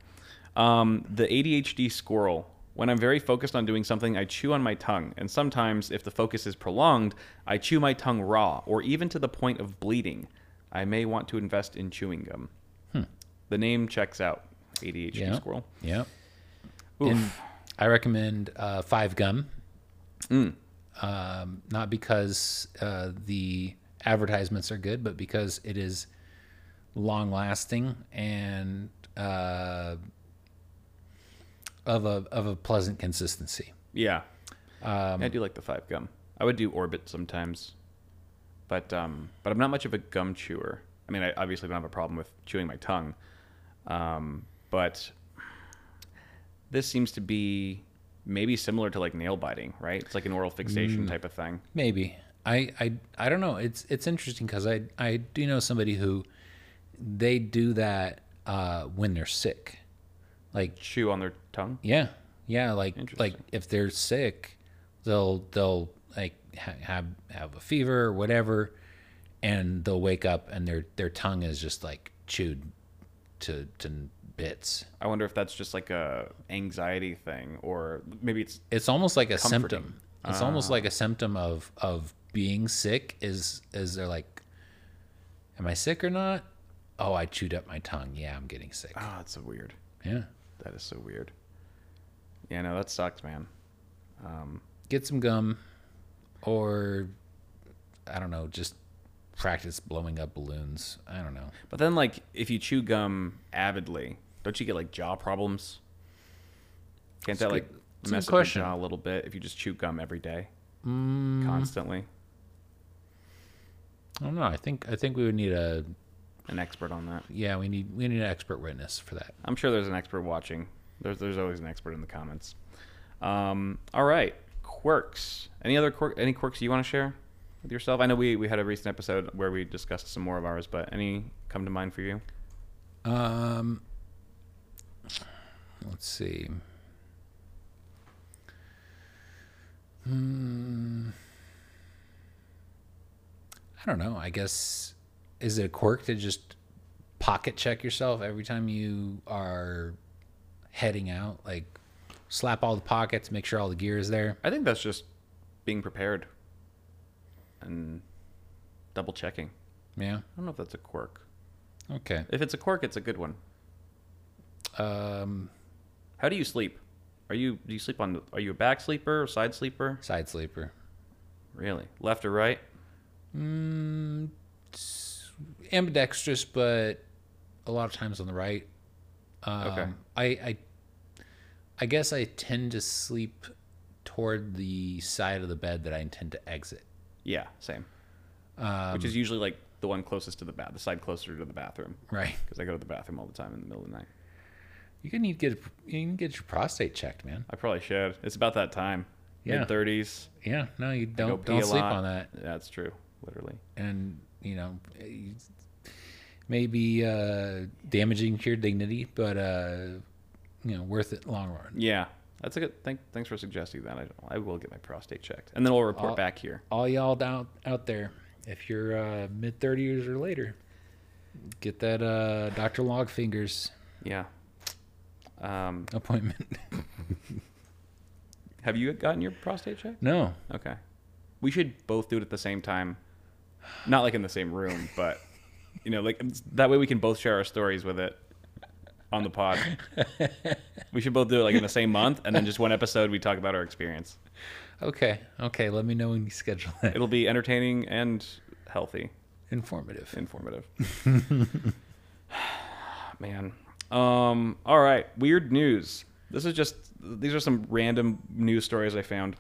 [SPEAKER 2] Um, the ADHD squirrel. When I'm very focused on doing something, I chew on my tongue, and sometimes, if the focus is prolonged, I chew my tongue raw, or even to the point of bleeding. I may want to invest in chewing gum. The name checks out. ADHD
[SPEAKER 1] Yeah.
[SPEAKER 2] squirrel.
[SPEAKER 1] Yeah.
[SPEAKER 2] Oof.
[SPEAKER 1] And I recommend uh, Five Gum. Um, not because uh, the advertisements are good, but because it is long lasting and uh, of a of a pleasant consistency.
[SPEAKER 2] yeah. I do like the five gum. I would do Orbit sometimes, but um, but I'm not much of a gum chewer. I mean, I obviously don't have a problem with chewing my tongue, um, but this seems to be maybe similar to like nail biting, right? It's like an oral fixation type of thing.
[SPEAKER 1] Maybe I I, I don't know. It's it's interesting because I I do know somebody who they do that uh, when they're sick, like
[SPEAKER 2] Chew on their tongue.
[SPEAKER 1] Yeah, yeah. Like like
[SPEAKER 2] Interesting.
[SPEAKER 1] if they're sick, they'll they'll like ha- have have a fever or whatever, and they'll wake up and their their tongue is just like chewed to to bits.
[SPEAKER 2] I wonder if that's just like a anxiety thing, or maybe it's
[SPEAKER 1] It's almost like a
[SPEAKER 2] Comforting. Ah.
[SPEAKER 1] symptom. It's almost like a symptom of of being sick. Is is they're like, am I sick or not? Oh, I chewed up my tongue. Yeah, I'm getting sick.
[SPEAKER 2] oh, it's so weird.
[SPEAKER 1] Yeah.
[SPEAKER 2] That is so weird. Yeah, no, that sucks, man.
[SPEAKER 1] get some gum or i don't know just practice blowing up balloons i don't know
[SPEAKER 2] But then, like, if you chew gum avidly, don't you get like jaw problems? Can't that
[SPEAKER 1] a
[SPEAKER 2] like
[SPEAKER 1] good- it's a
[SPEAKER 2] mess
[SPEAKER 1] good
[SPEAKER 2] up your
[SPEAKER 1] question. Mm.
[SPEAKER 2] jaw a little bit if you just chew gum every day, constantly?
[SPEAKER 1] i don't know i think i think we would need a
[SPEAKER 2] An expert on that.
[SPEAKER 1] yeah we need we need an expert witness for that
[SPEAKER 2] I'm sure there's an expert watching. There's there's always an expert in the comments. Um, all right, quirks. Any other quirk? Any quirks you want to share with yourself? I know we we had a recent episode where we discussed some more of ours, but any come to mind for you?
[SPEAKER 1] um let's see hmm i don't know i guess is it a quirk to just pocket check yourself every time you are heading out like slap all the pockets make sure all the gear is there
[SPEAKER 2] I think that's just being prepared and double checking.
[SPEAKER 1] yeah
[SPEAKER 2] I don't know if that's a quirk.
[SPEAKER 1] okay
[SPEAKER 2] If it's a quirk, it's a good one.
[SPEAKER 1] um
[SPEAKER 2] How do you sleep? Are you do you sleep on? Are you a back sleeper or side sleeper?
[SPEAKER 1] side sleeper
[SPEAKER 2] Really, left or right?
[SPEAKER 1] Mm, it's ambidextrous, but a lot of times on the right. Um,
[SPEAKER 2] Okay.
[SPEAKER 1] I, I, I guess I tend to sleep toward the side of the bed that I intend to exit.
[SPEAKER 2] Yeah, same. Which
[SPEAKER 1] um,
[SPEAKER 2] is usually like the one closest to the bath, the side closer to the bathroom,
[SPEAKER 1] Right.
[SPEAKER 2] because I go to the bathroom all the time in the middle of the night.
[SPEAKER 1] You can need to get you can get your prostate checked, man.
[SPEAKER 2] I probably should. It's about that time.
[SPEAKER 1] Yeah.
[SPEAKER 2] Mid thirties.
[SPEAKER 1] Yeah. No, you
[SPEAKER 2] Go
[SPEAKER 1] don't
[SPEAKER 2] pee
[SPEAKER 1] don't
[SPEAKER 2] a
[SPEAKER 1] sleep
[SPEAKER 2] lot.
[SPEAKER 1] on that,
[SPEAKER 2] That's true. Literally.
[SPEAKER 1] and you know, you- maybe uh, damaging to your dignity, but uh, you know, worth it long run.
[SPEAKER 2] Yeah, that's a good. Thank, thanks for suggesting that. I, I will get my prostate checked, and then we'll report
[SPEAKER 1] I'll-
[SPEAKER 2] back here.
[SPEAKER 1] all y'all down out there, if you're uh, mid 30s or later, get that uh, Dr. Logfingers
[SPEAKER 2] Yeah. Um,
[SPEAKER 1] appointment.
[SPEAKER 2] have you gotten your prostate checked?
[SPEAKER 1] no,
[SPEAKER 2] Okay. We should both do it at the same time. Not like in the same room, but you know, like that way we can both share our stories with it on the pod. we should both do it like in the same month and then just one episode we talk about our experience.
[SPEAKER 1] okay, okay. Let me know when you schedule that.
[SPEAKER 2] It'll be entertaining and healthy,
[SPEAKER 1] Informative.
[SPEAKER 2] informative. Man. Um all right, weird news. This is just these are some random news stories I found.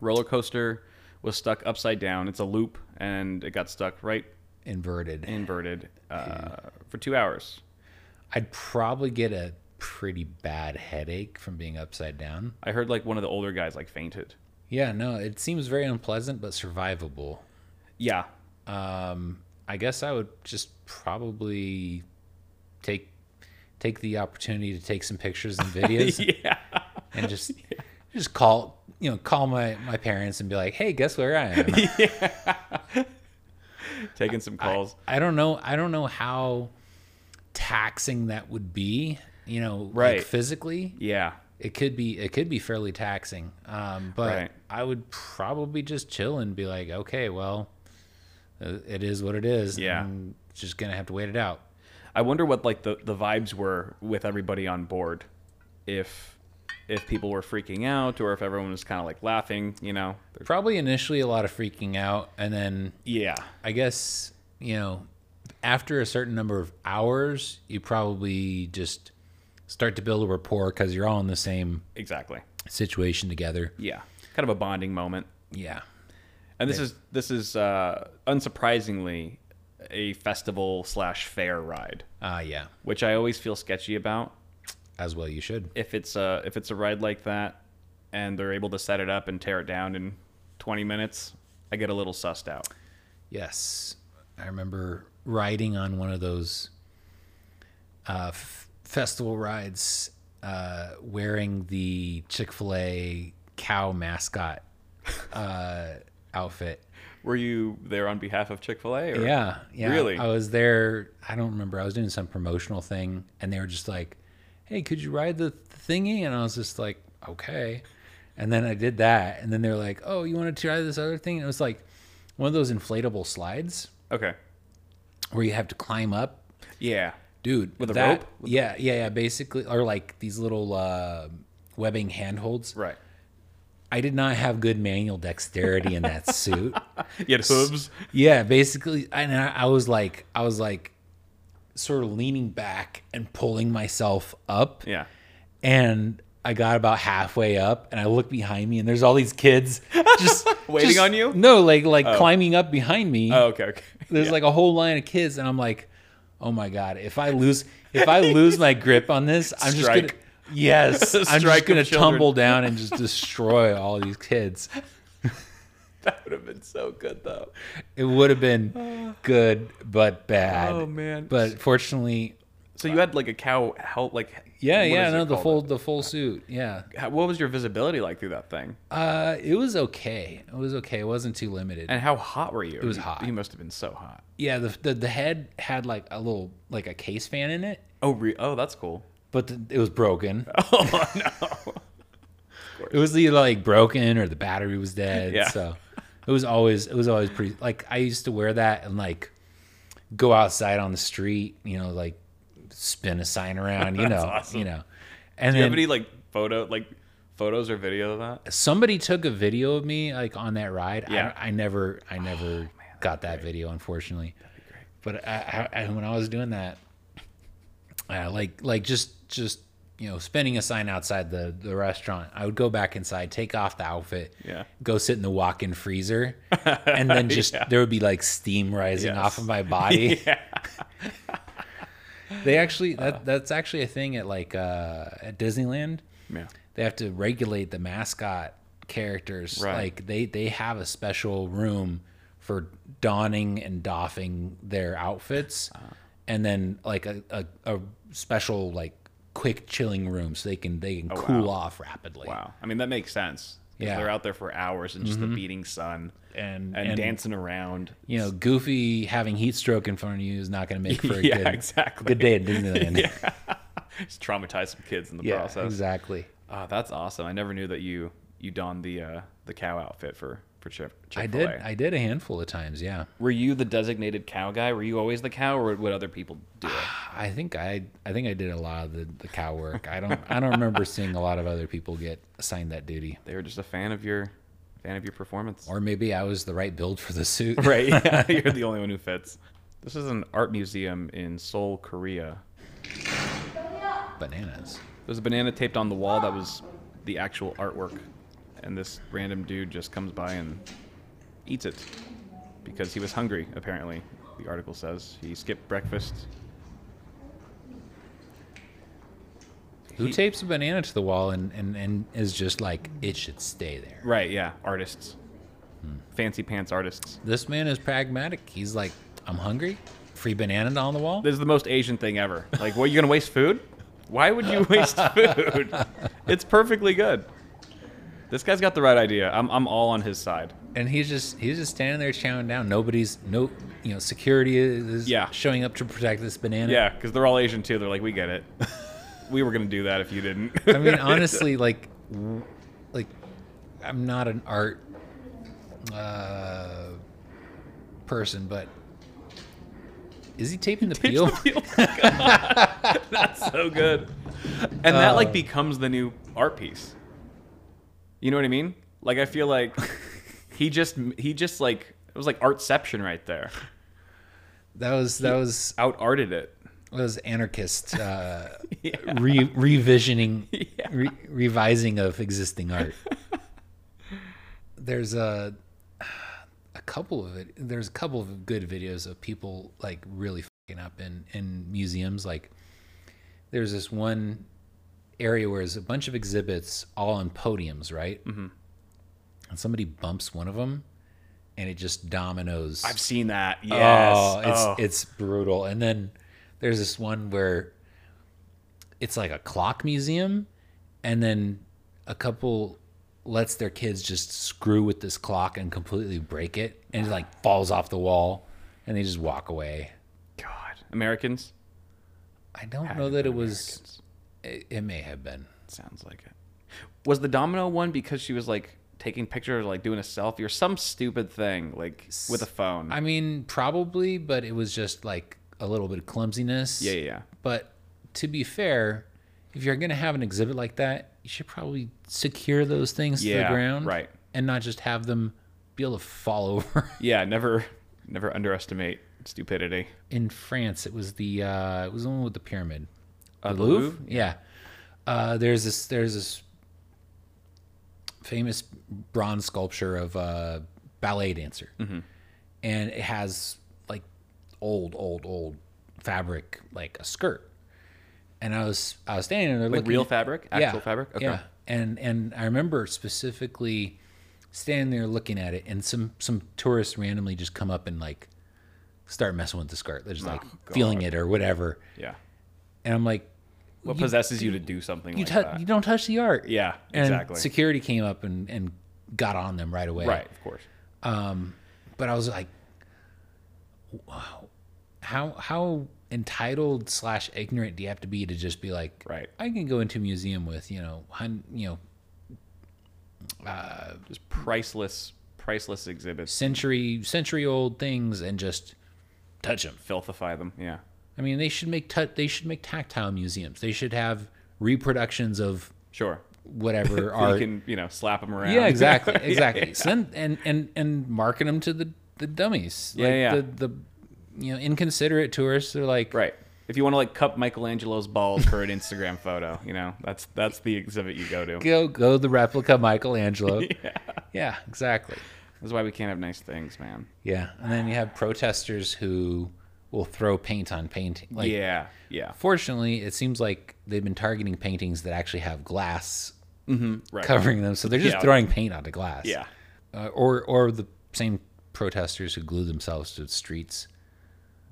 [SPEAKER 2] Roller coaster was stuck upside down. It's a loop and it got stuck right
[SPEAKER 1] Inverted.
[SPEAKER 2] inverted uh, for two hours.
[SPEAKER 1] I'd probably get a pretty bad headache from being upside down.
[SPEAKER 2] I heard like one of the older guys like fainted.
[SPEAKER 1] Yeah, no, it seems very unpleasant but survivable.
[SPEAKER 2] Yeah.
[SPEAKER 1] Um, I guess I would just probably take take the opportunity to take some pictures and videos
[SPEAKER 2] Yeah.
[SPEAKER 1] and just just call you know call my my parents and be like, hey, guess where I am?
[SPEAKER 2] Taking some calls.
[SPEAKER 1] I don't know. I don't know how taxing that would be. You know, like,
[SPEAKER 2] Right.
[SPEAKER 1] physically,
[SPEAKER 2] yeah.
[SPEAKER 1] it could be it could be fairly taxing. Um, but
[SPEAKER 2] Right.
[SPEAKER 1] I would probably just chill and be like, okay, well, uh, it is what it is.
[SPEAKER 2] Yeah.
[SPEAKER 1] and just gonna have to wait it out.
[SPEAKER 2] I wonder what like the, the vibes were with everybody on board. If if people were freaking out or if everyone was kind of like laughing, you know.
[SPEAKER 1] Probably initially a lot of freaking out, and then
[SPEAKER 2] Yeah.
[SPEAKER 1] I guess you know after a certain number of hours, you probably just start to build a rapport because you're all in the same
[SPEAKER 2] Exactly.
[SPEAKER 1] situation together.
[SPEAKER 2] Yeah. Kind of a bonding moment.
[SPEAKER 1] Yeah.
[SPEAKER 2] And this is this is uh, unsurprisingly a festival slash fair ride,
[SPEAKER 1] Ah, yeah.
[SPEAKER 2] which I always feel sketchy about.
[SPEAKER 1] As well, you should.
[SPEAKER 2] If it's a if it's a ride like that, and they're able to set it up and tear it down in 20 minutes, I get a little sussed out.
[SPEAKER 1] Yes, I remember riding on one of those uh, f- festival rides, uh, wearing the Chick Fil A cow mascot uh, outfit.
[SPEAKER 2] Were you there on behalf of Chick Fil A?
[SPEAKER 1] Yeah, yeah.
[SPEAKER 2] Really?
[SPEAKER 1] I was there. I don't remember. I was doing some promotional thing, and they were just like, "Hey, could you ride the thingy?" And I was just like, "Okay." And then I did that, and then they're like, "Oh, you want to try this other thing?" And it was like one of those inflatable slides
[SPEAKER 2] Okay.
[SPEAKER 1] where you have to climb up,
[SPEAKER 2] Yeah.
[SPEAKER 1] dude.
[SPEAKER 2] With a
[SPEAKER 1] that-
[SPEAKER 2] rope?
[SPEAKER 1] Yeah, yeah, yeah. Basically, or like these little uh, webbing handholds.
[SPEAKER 2] Right.
[SPEAKER 1] I did not have good manual dexterity in that suit.
[SPEAKER 2] You had hooves.
[SPEAKER 1] Yeah, basically, and I, I was like, I was like, sort of leaning back and pulling myself up,
[SPEAKER 2] Yeah.
[SPEAKER 1] and I got about halfway up, and I look behind me, and there's all these kids just
[SPEAKER 2] Waiting
[SPEAKER 1] just-
[SPEAKER 2] on you?
[SPEAKER 1] No, like like climbing up behind me.
[SPEAKER 2] Oh, okay. Okay.
[SPEAKER 1] There's like a whole line of kids, and I'm like, oh my god, if I lose, if I lose my grip on this, I'm just gonna.
[SPEAKER 2] Strike.
[SPEAKER 1] Yes, I'm
[SPEAKER 2] Strike
[SPEAKER 1] just
[SPEAKER 2] of
[SPEAKER 1] gonna
[SPEAKER 2] children.
[SPEAKER 1] tumble down and just destroy all these kids.
[SPEAKER 2] that would have been so good though.
[SPEAKER 1] It would have been good but bad.
[SPEAKER 2] Uh, Oh, man.
[SPEAKER 1] But fortunately,
[SPEAKER 2] So you had like a cow help like
[SPEAKER 1] yeah,
[SPEAKER 2] what
[SPEAKER 1] yeah,
[SPEAKER 2] is
[SPEAKER 1] no,
[SPEAKER 2] it
[SPEAKER 1] the
[SPEAKER 2] called?
[SPEAKER 1] full the full suit, yeah.
[SPEAKER 2] How- what was your visibility like through that thing?
[SPEAKER 1] Uh, it was okay. It was okay. It wasn't too limited.
[SPEAKER 2] And how hot were you? It
[SPEAKER 1] was
[SPEAKER 2] you,
[SPEAKER 1] hot.
[SPEAKER 2] You must have been so hot.
[SPEAKER 1] yeah, the, the the head had like a little like a case fan in it,
[SPEAKER 2] Oh, re- oh, that's cool.
[SPEAKER 1] but the, it was broken.
[SPEAKER 2] Oh no.
[SPEAKER 1] It was either like broken or the battery was dead.
[SPEAKER 2] Yeah.
[SPEAKER 1] So it was always it was always pretty like I used to wear that and like go outside on the street, you know, like spin a sign around, you know,
[SPEAKER 2] awesome.
[SPEAKER 1] you know. And
[SPEAKER 2] Do you
[SPEAKER 1] then
[SPEAKER 2] have any like photo, like photos or video of that?
[SPEAKER 1] somebody took a video of me like on that ride.
[SPEAKER 2] Yeah. Oh,
[SPEAKER 1] I, I never, I never got that video, unfortunately. But I, I, I, when I was doing that, uh, like, like just, just you know, spinning a sign outside the the restaurant, I would go back inside, take off the outfit,
[SPEAKER 2] Yeah.
[SPEAKER 1] go sit in the walk-in freezer, and then just there would be like steam rising off
[SPEAKER 2] Yes.
[SPEAKER 1] of my body.
[SPEAKER 2] Yeah. Uh.
[SPEAKER 1] They actually, that that's actually a thing at like uh, at Disneyland
[SPEAKER 2] Yeah.
[SPEAKER 1] they have to regulate the mascot characters
[SPEAKER 2] Right.
[SPEAKER 1] like they they have a special room for donning and doffing their outfits
[SPEAKER 2] Uh-huh.
[SPEAKER 1] and then like a, a, a special like quick chilling room so they can they can cool off rapidly
[SPEAKER 2] Oh, Wow. I mean, that makes sense. 'Cause
[SPEAKER 1] Yeah.
[SPEAKER 2] They're out there for hours in just the beating sun
[SPEAKER 1] and,
[SPEAKER 2] and,
[SPEAKER 1] and
[SPEAKER 2] dancing around.
[SPEAKER 1] you know goofy having heat stroke in front of you is not going to make for a
[SPEAKER 2] Yeah,
[SPEAKER 1] good,
[SPEAKER 2] exactly.
[SPEAKER 1] good day at disneyland yeah,
[SPEAKER 2] Just traumatize some kids in the process.
[SPEAKER 1] exactly
[SPEAKER 2] Ah, that's awesome. I never knew that you you donned the uh, the cow outfit for for Chick.
[SPEAKER 1] i did i did a handful of times yeah
[SPEAKER 2] Were you the designated cow guy? Were you always the cow, or would other people do it?
[SPEAKER 1] I think I I think I did a lot of the, the cow work. I don't I don't remember seeing a lot of other people get assigned that duty.
[SPEAKER 2] they were just a fan of your fan of your performance.
[SPEAKER 1] Or maybe I was the right build for the suit.
[SPEAKER 2] Right. Yeah, you're the only one who fits. This is an art museum in Seoul, Korea.
[SPEAKER 1] Bananas.
[SPEAKER 2] There's a banana taped on the wall that was the actual artwork, and this random dude just comes by and eats it because he was hungry. Apparently, the article says he skipped breakfast.
[SPEAKER 1] Who tapes a banana to the wall and, and, and is just like, it should stay there?
[SPEAKER 2] Right, yeah, artists. Fancy pants artists.
[SPEAKER 1] This man is pragmatic. He's like, I'm hungry. Free banana on the wall.
[SPEAKER 2] This is the most Asian thing ever. Like, what, you going to waste food? Why would you waste food? It's perfectly good. This guy's got the right idea. I'm, I'm all on his side.
[SPEAKER 1] And he's just he's just standing there chowing down. Nobody's no you know security is
[SPEAKER 2] Yeah.
[SPEAKER 1] showing up to protect this banana.
[SPEAKER 2] Yeah, because they're all Asian too. They're like, we get it. we were going to do that if you didn't.
[SPEAKER 1] I mean, honestly, like, w- like, I'm not an art uh, person, but is he taping the peel?
[SPEAKER 2] That's so good. And that like becomes the new art piece. You know what I mean? Like I feel like he just he just like it was like artception right there.
[SPEAKER 1] That was that was
[SPEAKER 2] Out arted it.
[SPEAKER 1] that was anarchist uh, re- revisioning, re- revising of existing art. There's a a couple of it. There's a couple of good videos of people like really fucking up in in museums. Like there's this one area where there's a bunch of exhibits all on podiums, right? Mm-hmm. And somebody bumps one of them, and it just dominoes.
[SPEAKER 2] I've seen that. Yes.
[SPEAKER 1] Oh, it's it's brutal. And then there's this one where it's like a clock museum, and then a couple lets their kids just screw with this clock and completely break it, and it like falls off the wall, and they just walk away.
[SPEAKER 2] God. Americans.
[SPEAKER 1] I don't know that it was. It, it may have been.
[SPEAKER 2] Sounds like it. Was the domino one because she was like taking pictures, like doing a selfie or some stupid thing, like with a phone?
[SPEAKER 1] I mean, probably, but it was just like a little bit of clumsiness.
[SPEAKER 2] yeah, yeah, yeah.
[SPEAKER 1] But to be fair, if you're going to have an exhibit like that, you should probably secure those things to the
[SPEAKER 2] Yeah,
[SPEAKER 1] ground,
[SPEAKER 2] right.
[SPEAKER 1] And not just have them be able to fall over.
[SPEAKER 2] Yeah, never never underestimate stupidity.
[SPEAKER 1] In France, it was the uh, it was the one with the pyramid,
[SPEAKER 2] Uh, the Louvre?
[SPEAKER 1] Yeah, uh, there's this there's this famous bronze sculpture of a ballet dancer,
[SPEAKER 2] Mm-hmm.
[SPEAKER 1] and it has like old old old fabric like a skirt. And I was I was standing there
[SPEAKER 2] Like
[SPEAKER 1] looking
[SPEAKER 2] real
[SPEAKER 1] at-
[SPEAKER 2] fabric? Actual fabric?
[SPEAKER 1] yeah. And and I remember specifically standing there looking at it, and some some tourists randomly just come up and like start messing with the skirt. They're just
[SPEAKER 2] Oh,
[SPEAKER 1] like feeling it or whatever.
[SPEAKER 2] Yeah.
[SPEAKER 1] And I'm like,
[SPEAKER 2] What possesses you to do something
[SPEAKER 1] you
[SPEAKER 2] like
[SPEAKER 1] tou-
[SPEAKER 2] that?
[SPEAKER 1] you don't touch the art.
[SPEAKER 2] yeah,
[SPEAKER 1] And
[SPEAKER 2] exactly.
[SPEAKER 1] security came up and and got on them right away.
[SPEAKER 2] right, of course.
[SPEAKER 1] But I was like, wow, how how entitled slash ignorant do you have to be to just be like,
[SPEAKER 2] Right.
[SPEAKER 1] I can go into a museum with you know, hun, you know,
[SPEAKER 2] Just priceless, priceless exhibits.
[SPEAKER 1] century century old things and just touch them.
[SPEAKER 2] Filthify them. Yeah.
[SPEAKER 1] I mean, they should make tou- they should make tactile museums. They should have reproductions of
[SPEAKER 2] Sure.
[SPEAKER 1] whatever
[SPEAKER 2] You
[SPEAKER 1] art.
[SPEAKER 2] can, you know, slap them around.
[SPEAKER 1] yeah, exactly, exactly. So then- and and and market them to the the dummies.
[SPEAKER 2] Yeah,
[SPEAKER 1] like
[SPEAKER 2] yeah.
[SPEAKER 1] The the you know inconsiderate tourists are like
[SPEAKER 2] right. If you want to like cup Michelangelo's balls for an Instagram photo, you know, that's that's the exhibit you go to.
[SPEAKER 1] go go the replica Michelangelo. yeah. exactly.
[SPEAKER 2] That's why we can't have nice things, man.
[SPEAKER 1] Yeah, and then you have protesters who will throw paint on paint. Like,
[SPEAKER 2] yeah. Yeah.
[SPEAKER 1] Fortunately, it seems like they've been targeting paintings that actually have glass
[SPEAKER 2] Right.
[SPEAKER 1] covering them, so they're just
[SPEAKER 2] Yeah.
[SPEAKER 1] throwing paint onto glass.
[SPEAKER 2] Yeah.
[SPEAKER 1] uh, or or the same protesters who glue themselves to streets.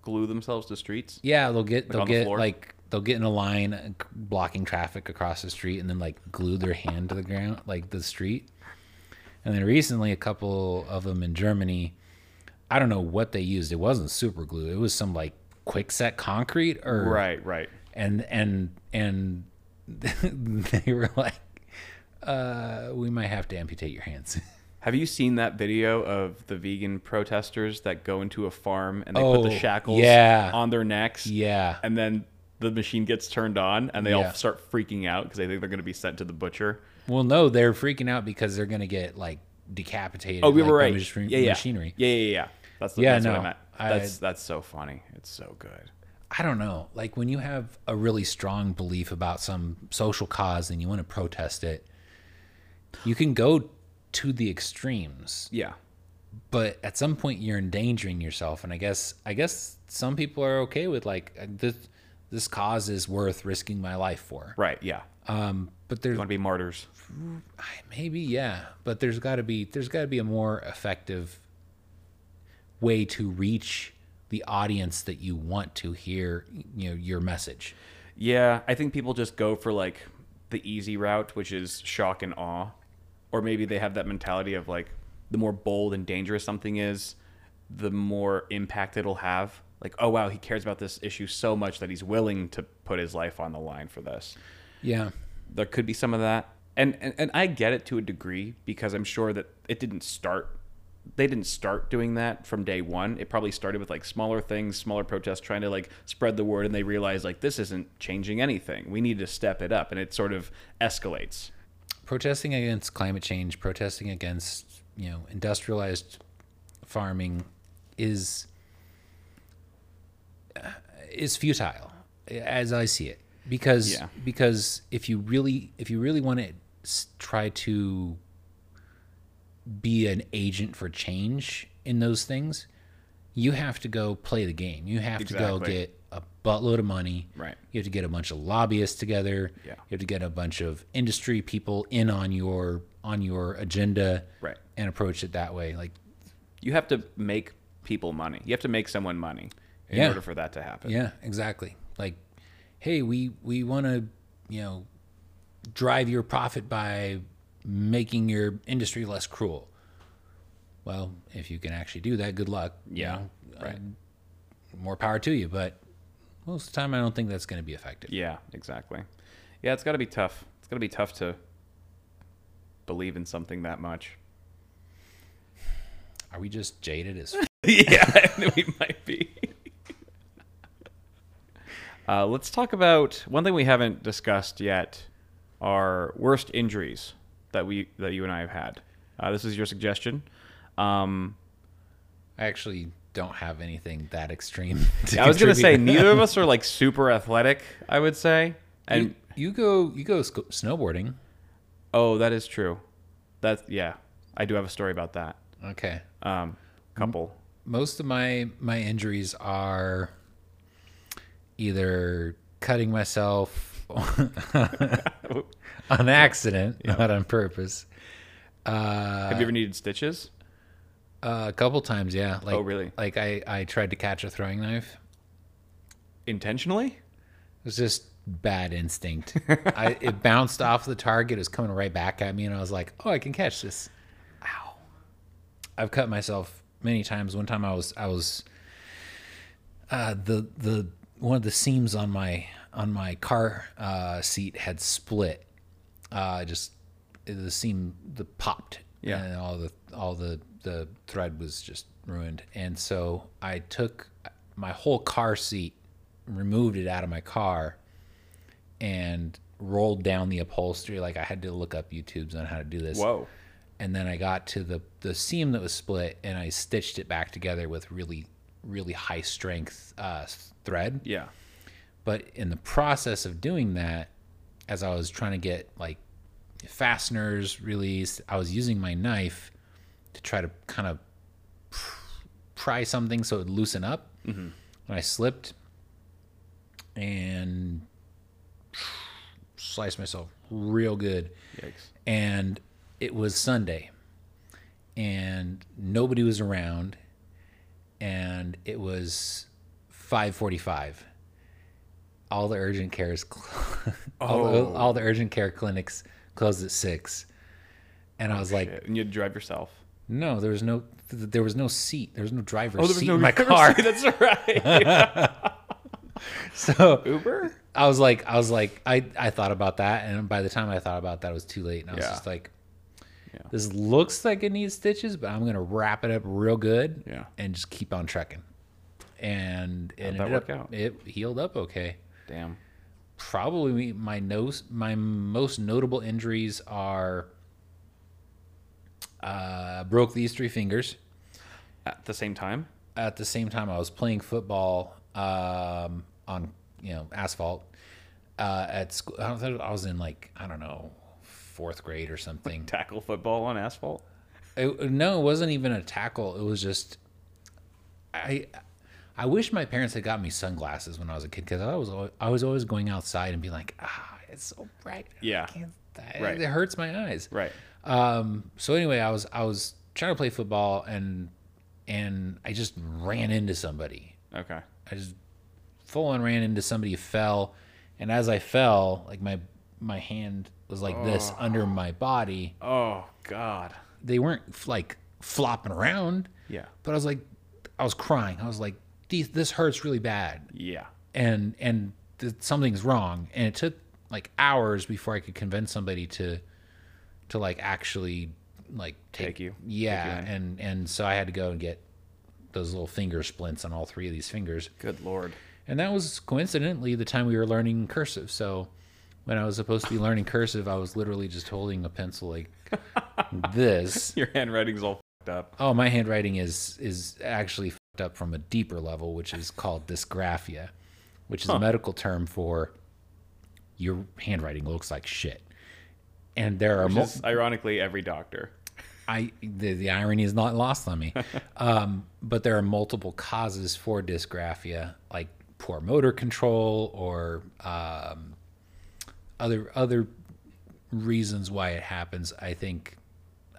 [SPEAKER 2] Glue themselves to streets.
[SPEAKER 1] Yeah, they'll get they'll
[SPEAKER 2] on the
[SPEAKER 1] get
[SPEAKER 2] floor?
[SPEAKER 1] like they'll get in a line uh, c- blocking traffic across the street and then like glue their hand to the ground like the street. And then recently, a couple of them in Germany, I don't know what they used. It wasn't super glue. It was some like quickset concrete or
[SPEAKER 2] Right, right.
[SPEAKER 1] and and and they were like uh we might have to amputate your hands
[SPEAKER 2] Have you seen that video of the vegan protesters that go into a farm and they put
[SPEAKER 1] Oh,
[SPEAKER 2] the shackles
[SPEAKER 1] yeah.
[SPEAKER 2] on their necks?
[SPEAKER 1] yeah
[SPEAKER 2] And then the machine gets turned on and they
[SPEAKER 1] Yeah.
[SPEAKER 2] all start freaking out because they think they're going to be sent to the butcher.
[SPEAKER 1] well no they're freaking out because they're gonna get like decapitated
[SPEAKER 2] Oh, we
[SPEAKER 1] like,
[SPEAKER 2] were
[SPEAKER 1] by
[SPEAKER 2] right.
[SPEAKER 1] machi-
[SPEAKER 2] yeah, yeah.
[SPEAKER 1] machinery
[SPEAKER 2] Yeah, yeah, yeah. That's, the,
[SPEAKER 1] Yeah,
[SPEAKER 2] that's what
[SPEAKER 1] no,
[SPEAKER 2] I meant.
[SPEAKER 1] I-
[SPEAKER 2] That's, that's so funny. It's so good.
[SPEAKER 1] i don't know like when you have a really strong belief about some social cause and you want to protest it you can go to the extremes
[SPEAKER 2] Yeah.
[SPEAKER 1] but at some point you're endangering yourself and i guess i guess some people are okay with like uh, this this cause is worth risking my life for.
[SPEAKER 2] Right. Yeah.
[SPEAKER 1] Um, but there's
[SPEAKER 2] You want to be martyrs.
[SPEAKER 1] maybe yeah, but there's got to be there's got to be a more effective way to reach the audience that you want to hear, you know, your message.
[SPEAKER 2] Yeah, I think people just go for like the easy route, which is shock and awe, or maybe they have that mentality of like the more bold and dangerous something is, the more impact it'll have. Like, oh wow, he cares about this issue so much that he's willing to put his life on the line for this.
[SPEAKER 1] Yeah.
[SPEAKER 2] There could be some of that, and and, and I get it to a degree because I'm sure that it didn't start. They didn't start doing that from day one. It probably started with like smaller things, smaller protests, trying to like spread the word, and they realized like this isn't changing anything. We need to step it up, and it sort of escalates.
[SPEAKER 1] protesting against climate change, protesting against you know industrialized farming is uh, is futile as I see it because
[SPEAKER 2] Yeah.
[SPEAKER 1] because if you really if you really want to s- try to be an agent for change in those things you have to go play the game you have to go
[SPEAKER 2] Exactly.
[SPEAKER 1] get a buttload of money
[SPEAKER 2] Right.
[SPEAKER 1] you have to get a bunch of lobbyists together.
[SPEAKER 2] Yeah.
[SPEAKER 1] You have to get a bunch of industry people in on your on your agenda.
[SPEAKER 2] Right.
[SPEAKER 1] And approach it that way. Like
[SPEAKER 2] You have to make people money. You have to make someone money in
[SPEAKER 1] Yeah.
[SPEAKER 2] order for that to happen.
[SPEAKER 1] yeah, exactly. Like, hey, we we want to you know drive your profit by making your industry less cruel. Well, if you can actually do that, good luck. you
[SPEAKER 2] Yeah,
[SPEAKER 1] know.
[SPEAKER 2] right.
[SPEAKER 1] Uh, more power to you, but most of the time, I don't think that's going to be effective.
[SPEAKER 2] Yeah, exactly. Yeah, it's got to be tough. It's got to be tough to believe in something that much.
[SPEAKER 1] Are we just jaded as?
[SPEAKER 2] yeah, we might be. Uh, let's talk about one thing we haven't discussed yet: our worst injuries that we that you and I have had. Uh, this is your suggestion. Um,
[SPEAKER 1] I actually don't have anything that extreme. To
[SPEAKER 2] I was going to say
[SPEAKER 1] contribute.
[SPEAKER 2] neither of us are like super athletic. I would say, and
[SPEAKER 1] you, you go you go sc- snowboarding.
[SPEAKER 2] oh, that is true. That's yeah. I do have a story about that.
[SPEAKER 1] Okay.
[SPEAKER 2] Um, couple.
[SPEAKER 1] Most of my my injuries are either cutting myself on accident, not on purpose.
[SPEAKER 2] have you ever needed stitches?
[SPEAKER 1] Uh, a couple times, yeah. Like,
[SPEAKER 2] Oh, really?
[SPEAKER 1] Like I I tried to catch a throwing knife.
[SPEAKER 2] Intentionally?
[SPEAKER 1] It was just bad instinct. I it bounced off the target. It was coming right back at me, and I was like, "Oh, I can catch this."
[SPEAKER 2] Ow.
[SPEAKER 1] I've cut myself many times. One time I was I was uh, the the one of the seams on my on my car uh, seat had split. Uh, just the seam the popped.
[SPEAKER 2] Yeah.
[SPEAKER 1] And all the all the the thread was just ruined. And so I took my whole car seat, removed it out of my car, and rolled down the upholstery. Like I had to look up YouTube's on how to do this
[SPEAKER 2] Whoa.
[SPEAKER 1] and then I got to the the seam that was split, and I stitched it back together with really really high strength uh, s- thread.
[SPEAKER 2] Yeah.
[SPEAKER 1] But in the process of doing that, as I was trying to get like fasteners released, I was using my knife to try to kind of pry something so it would loosen up, and I slipped and sliced myself real good
[SPEAKER 2] Yikes.
[SPEAKER 1] and it was Sunday, and nobody was around, and it was 5:45. All the urgent cares, cl- all,
[SPEAKER 2] Oh.
[SPEAKER 1] the, all the urgent care clinics closed at six, and I was like,
[SPEAKER 2] Yeah, and you had to drive yourself.
[SPEAKER 1] no, there was no, th- there was no seat, there was no driver's
[SPEAKER 2] Oh, there was
[SPEAKER 1] seat
[SPEAKER 2] no
[SPEAKER 1] in my
[SPEAKER 2] reverse.
[SPEAKER 1] car,
[SPEAKER 2] That's right.
[SPEAKER 1] so
[SPEAKER 2] Uber.
[SPEAKER 1] I was like, I was like, I, I thought about that, and by the time I thought about that, it was too late, and I was
[SPEAKER 2] Yeah.
[SPEAKER 1] just like,
[SPEAKER 2] Yeah.
[SPEAKER 1] this looks like it needs stitches, but I'm gonna wrap it up real good,
[SPEAKER 2] Yeah.
[SPEAKER 1] and just keep on trekking. And it
[SPEAKER 2] that
[SPEAKER 1] ended up,
[SPEAKER 2] work out?
[SPEAKER 1] it healed up okay.
[SPEAKER 2] Damn.
[SPEAKER 1] Probably my nose, my most notable injuries are uh, broke these three fingers
[SPEAKER 2] At the same time.
[SPEAKER 1] at the same time I was playing football um, on you know asphalt uh, at school. I don't think I was in like I don't know fourth grade or something.
[SPEAKER 2] Tackle football on asphalt.
[SPEAKER 1] It, no, it wasn't even a tackle. It was just I I wish my parents had got me sunglasses when I was a kid because I was always, I was always going outside and being like, ah, it's so bright.
[SPEAKER 2] Yeah.
[SPEAKER 1] I can't, I-
[SPEAKER 2] Right.
[SPEAKER 1] It hurts my eyes.
[SPEAKER 2] Right.
[SPEAKER 1] Um, so anyway, I was I was trying to play football and and I just ran into somebody.
[SPEAKER 2] Okay.
[SPEAKER 1] I just full on ran into somebody, fell, and as I fell, like my my hand was like this under my body.
[SPEAKER 2] Oh God.
[SPEAKER 1] They weren't f- like flopping around,
[SPEAKER 2] Yeah.
[SPEAKER 1] but I was like, I was crying. I was like, "These- this hurts really bad,
[SPEAKER 2] Yeah.
[SPEAKER 1] and and th- something's wrong. And it took like hours before I could convince somebody to to like actually like take,
[SPEAKER 2] Take you-
[SPEAKER 1] yeah.
[SPEAKER 2] take you
[SPEAKER 1] and and so I had to go and get those little finger splints on all three of these fingers.
[SPEAKER 2] Good Lord.
[SPEAKER 1] And that was coincidentally the time we were learning cursive. So when I was supposed to be learning cursive, I was literally just holding a pencil like this.
[SPEAKER 2] Your handwriting's all fucked up.
[SPEAKER 1] Oh, my handwriting is is actually fucked up from a deeper level, which is called dysgraphia, which is a medical term for your handwriting looks like shit. And there are
[SPEAKER 2] Which
[SPEAKER 1] mul-
[SPEAKER 2] is ironically every doctor.
[SPEAKER 1] I the, the irony is not lost on me. um, but there are multiple causes for dysgraphia, like poor motor control or um, other other reasons why it happens. I think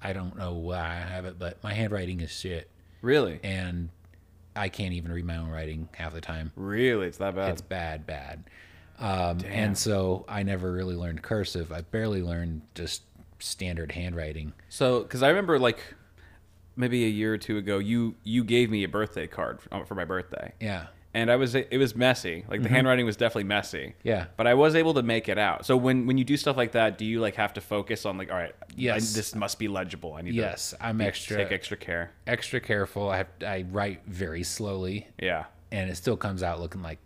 [SPEAKER 1] I don't know why I have it, but my handwriting is shit,
[SPEAKER 2] Really?
[SPEAKER 1] and I can't even read my own writing half the time.
[SPEAKER 2] Really? It's that bad.
[SPEAKER 1] It's bad, bad. Um, and so I never really learned cursive. I barely learned just standard handwriting.
[SPEAKER 2] So, because I remember like maybe a year or two ago, you you gave me a birthday card uh, for, for my birthday,
[SPEAKER 1] Yeah.
[SPEAKER 2] and I was it was messy. Like the handwriting was definitely messy.
[SPEAKER 1] Yeah.
[SPEAKER 2] But I was able to make it out. So when when you do stuff like that, do you like have to focus on like all right? I-
[SPEAKER 1] Yes.
[SPEAKER 2] this must be legible. I need
[SPEAKER 1] Yes,
[SPEAKER 2] to
[SPEAKER 1] I'm
[SPEAKER 2] be-
[SPEAKER 1] extra
[SPEAKER 2] take extra care.
[SPEAKER 1] extra careful. I have, I write very slowly,
[SPEAKER 2] Yeah.
[SPEAKER 1] and it still comes out looking like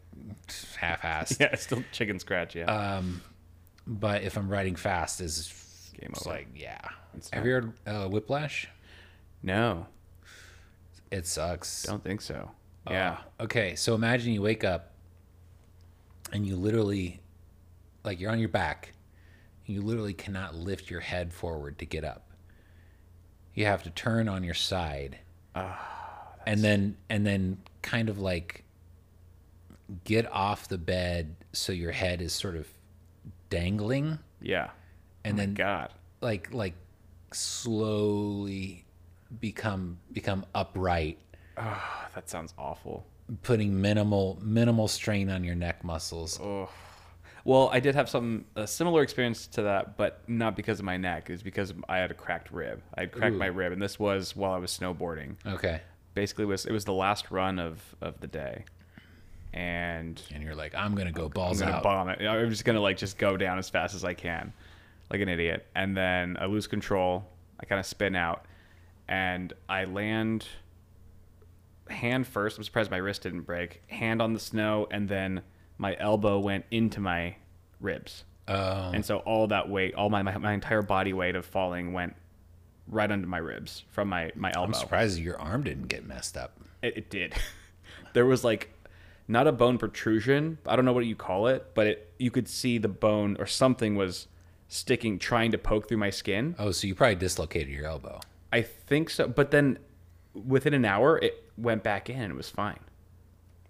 [SPEAKER 1] half-assed.
[SPEAKER 2] Yeah, it's still chicken scratch. Yeah.
[SPEAKER 1] But if I'm writing fast, is
[SPEAKER 2] Game
[SPEAKER 1] it's
[SPEAKER 2] over.
[SPEAKER 1] like yeah.
[SPEAKER 2] Oh, It's
[SPEAKER 1] have you heard uh, Whiplash?
[SPEAKER 2] no,
[SPEAKER 1] It sucks.
[SPEAKER 2] don't think so. Yeah.
[SPEAKER 1] Okay, so imagine you wake up and you literally, like, you're on your back. And you literally cannot lift your head forward to get up. You have to turn on your side, and then and then kind of like get off the bed so your head is sort of dangling,
[SPEAKER 2] yeah.
[SPEAKER 1] and then
[SPEAKER 2] God.
[SPEAKER 1] like like slowly become become upright
[SPEAKER 2] Oh, that sounds awful.
[SPEAKER 1] putting minimal minimal strain on your neck muscles.
[SPEAKER 2] Well, I did have some a similar experience to that, but not because of my neck. It was because I had a cracked rib. I had cracked my rib, and this was while I was snowboarding.
[SPEAKER 1] Okay.
[SPEAKER 2] Basically, it was it was the last run of of the day, and
[SPEAKER 1] And you're like, I'm gonna go balls
[SPEAKER 2] I'm gonna
[SPEAKER 1] out.
[SPEAKER 2] bomb it. I'm just gonna like just go down as fast as I can, like an idiot. And then I lose control. I kind of spin out, and I land hand first. I'm surprised my wrist didn't break. Hand on the snow, and then my elbow went into my ribs.
[SPEAKER 1] Oh,
[SPEAKER 2] And so all that weight, all my, my my entire body weight of falling went right under my ribs from my my
[SPEAKER 1] I'm
[SPEAKER 2] elbow.
[SPEAKER 1] surprised your arm didn't get messed up.
[SPEAKER 2] It, it did. there was like not a bone protrusion. I don't know what you call it, but it you could see the bone or something was sticking, trying to poke through my skin.
[SPEAKER 1] Oh, so you probably dislocated your elbow.
[SPEAKER 2] I think so, but then within an hour it went back in and it was fine.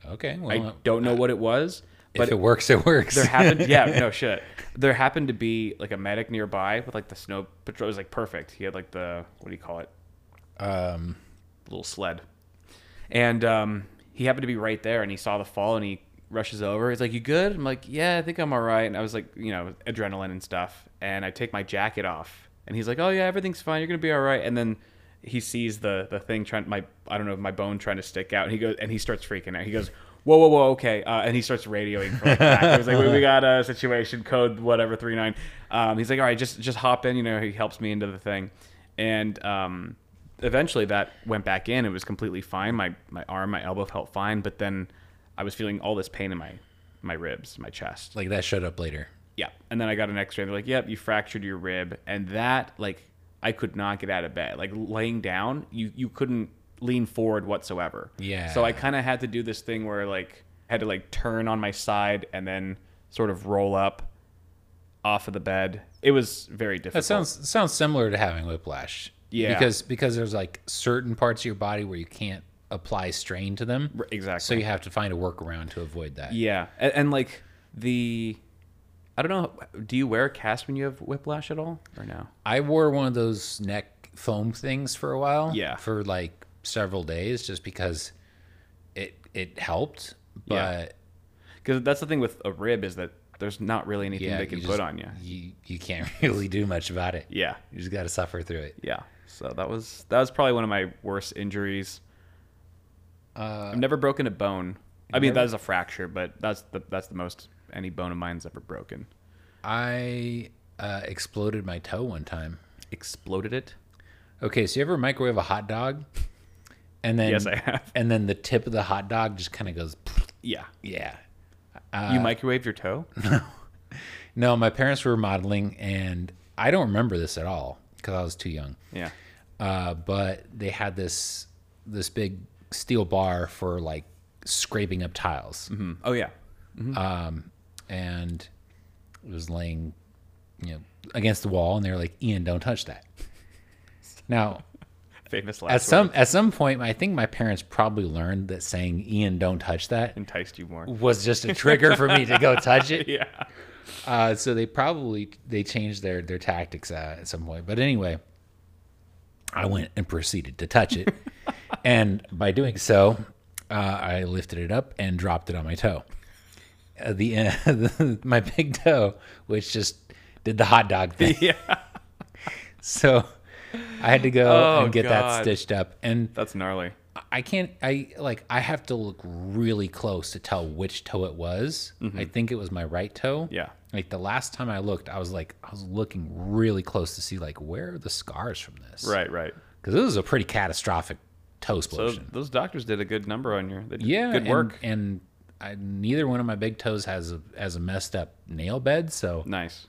[SPEAKER 1] Okay.
[SPEAKER 2] I
[SPEAKER 1] Well, uh,
[SPEAKER 2] don't know what it was, but
[SPEAKER 1] if it works, it works.
[SPEAKER 2] there happened yeah no shit there happened to be like a medic nearby with like the snow patrol it was like perfect he had like the what do you call it
[SPEAKER 1] Um,
[SPEAKER 2] little sled and um he happened to be right there and he saw the fall and he rushes over he's like you good i'm like yeah i think i'm all right and i was like you know adrenaline and stuff and i take my jacket off and he's like oh yeah everything's fine you're gonna be all right and then he sees the the thing trying my i don't know my bone trying to stick out and he goes and he starts freaking out he goes whoa whoa whoa okay uh, and he starts radioing for like back. he's like we, we got a situation code whatever 39 um he's like all right just just hop in you know he helps me into the thing and um eventually that went back in it was completely fine my my arm my elbow felt fine but then i was feeling all this pain in my my ribs my chest
[SPEAKER 1] like that showed up later.
[SPEAKER 2] yeah and then i got an x-ray and they're like yep you fractured your rib and that like i could not get out of bed like laying down you you couldn't lean forward whatsoever
[SPEAKER 1] Yeah.
[SPEAKER 2] so i kind of had to do this thing where like I had to like turn on my side and then sort of roll up off of the bed it was very difficult
[SPEAKER 1] That sounds sounds similar to having whiplash.
[SPEAKER 2] Yeah.
[SPEAKER 1] Because because there's like certain parts of your body where you can't apply strain to them.
[SPEAKER 2] R- exactly.
[SPEAKER 1] So you have to find a workaround to avoid that.
[SPEAKER 2] Yeah, and, and like the, I don't know. Do you wear a cast when you have whiplash at all, or no?
[SPEAKER 1] I wore one of those neck foam things for a while.
[SPEAKER 2] Yeah.
[SPEAKER 1] For like several days, just because it it helped.
[SPEAKER 2] Yeah.
[SPEAKER 1] But
[SPEAKER 2] Because that's the thing with a rib is that there's not really anything
[SPEAKER 1] yeah,
[SPEAKER 2] they can
[SPEAKER 1] you
[SPEAKER 2] put
[SPEAKER 1] just-
[SPEAKER 2] on you.
[SPEAKER 1] You you can't really do much about it.
[SPEAKER 2] Yeah,
[SPEAKER 1] You just got to suffer through it.
[SPEAKER 2] yeah. So that was that was probably one of my worst injuries.
[SPEAKER 1] Uh,
[SPEAKER 2] I've never broken a bone. I mean, that is a fracture, but that's the that's the most any bone of mine's ever broken.
[SPEAKER 1] I uh, exploded my toe one time.
[SPEAKER 2] Exploded it.
[SPEAKER 1] Okay, so you ever microwave a hot dog, and then
[SPEAKER 2] Yes, I have.
[SPEAKER 1] and then the tip of the hot dog just kind of goes.
[SPEAKER 2] Yeah.
[SPEAKER 1] Yeah. Uh,
[SPEAKER 2] you microwaved your toe?
[SPEAKER 1] No, my parents were remodeling, and I don't remember this at all because I was too young.
[SPEAKER 2] yeah.
[SPEAKER 1] Uh, but they had this this big steel bar for like scraping up tiles,
[SPEAKER 2] Hmm. Oh yeah.
[SPEAKER 1] and it was laying, you know, against the wall, and they were like, "Ian, don't touch that." Now,
[SPEAKER 2] Famous last
[SPEAKER 1] at
[SPEAKER 2] words
[SPEAKER 1] some at some point, I think my parents probably learned that saying "Ian, don't touch that"
[SPEAKER 2] enticed you more.
[SPEAKER 1] was just a trigger for me to go touch it.
[SPEAKER 2] Yeah.
[SPEAKER 1] Uh, so they probably they changed their their tactics uh, at some point. But anyway, I went and proceeded to touch it, and by doing so, uh, I lifted it up and dropped it on my toe. Uh, the, uh, my big toe, which just did the hot dog thing.
[SPEAKER 2] Yeah.
[SPEAKER 1] So I had to go
[SPEAKER 2] Oh,
[SPEAKER 1] and get
[SPEAKER 2] God.
[SPEAKER 1] that stitched up. And
[SPEAKER 2] That's gnarly.
[SPEAKER 1] I can't. I like. I have to look really close to tell which toe it was. I think it was my right toe.
[SPEAKER 2] Mm-hmm. Yeah.
[SPEAKER 1] Like the last time I looked, I was like, I was looking really close to see like where are the scars from this,
[SPEAKER 2] Right, right.
[SPEAKER 1] Because this was a pretty catastrophic toe
[SPEAKER 2] So
[SPEAKER 1] explosion.
[SPEAKER 2] those doctors did a good number on your. They did
[SPEAKER 1] yeah.
[SPEAKER 2] Good
[SPEAKER 1] and-
[SPEAKER 2] work.
[SPEAKER 1] And, I, neither one of my big toes has a has a messed up nail bed, so
[SPEAKER 2] Nice.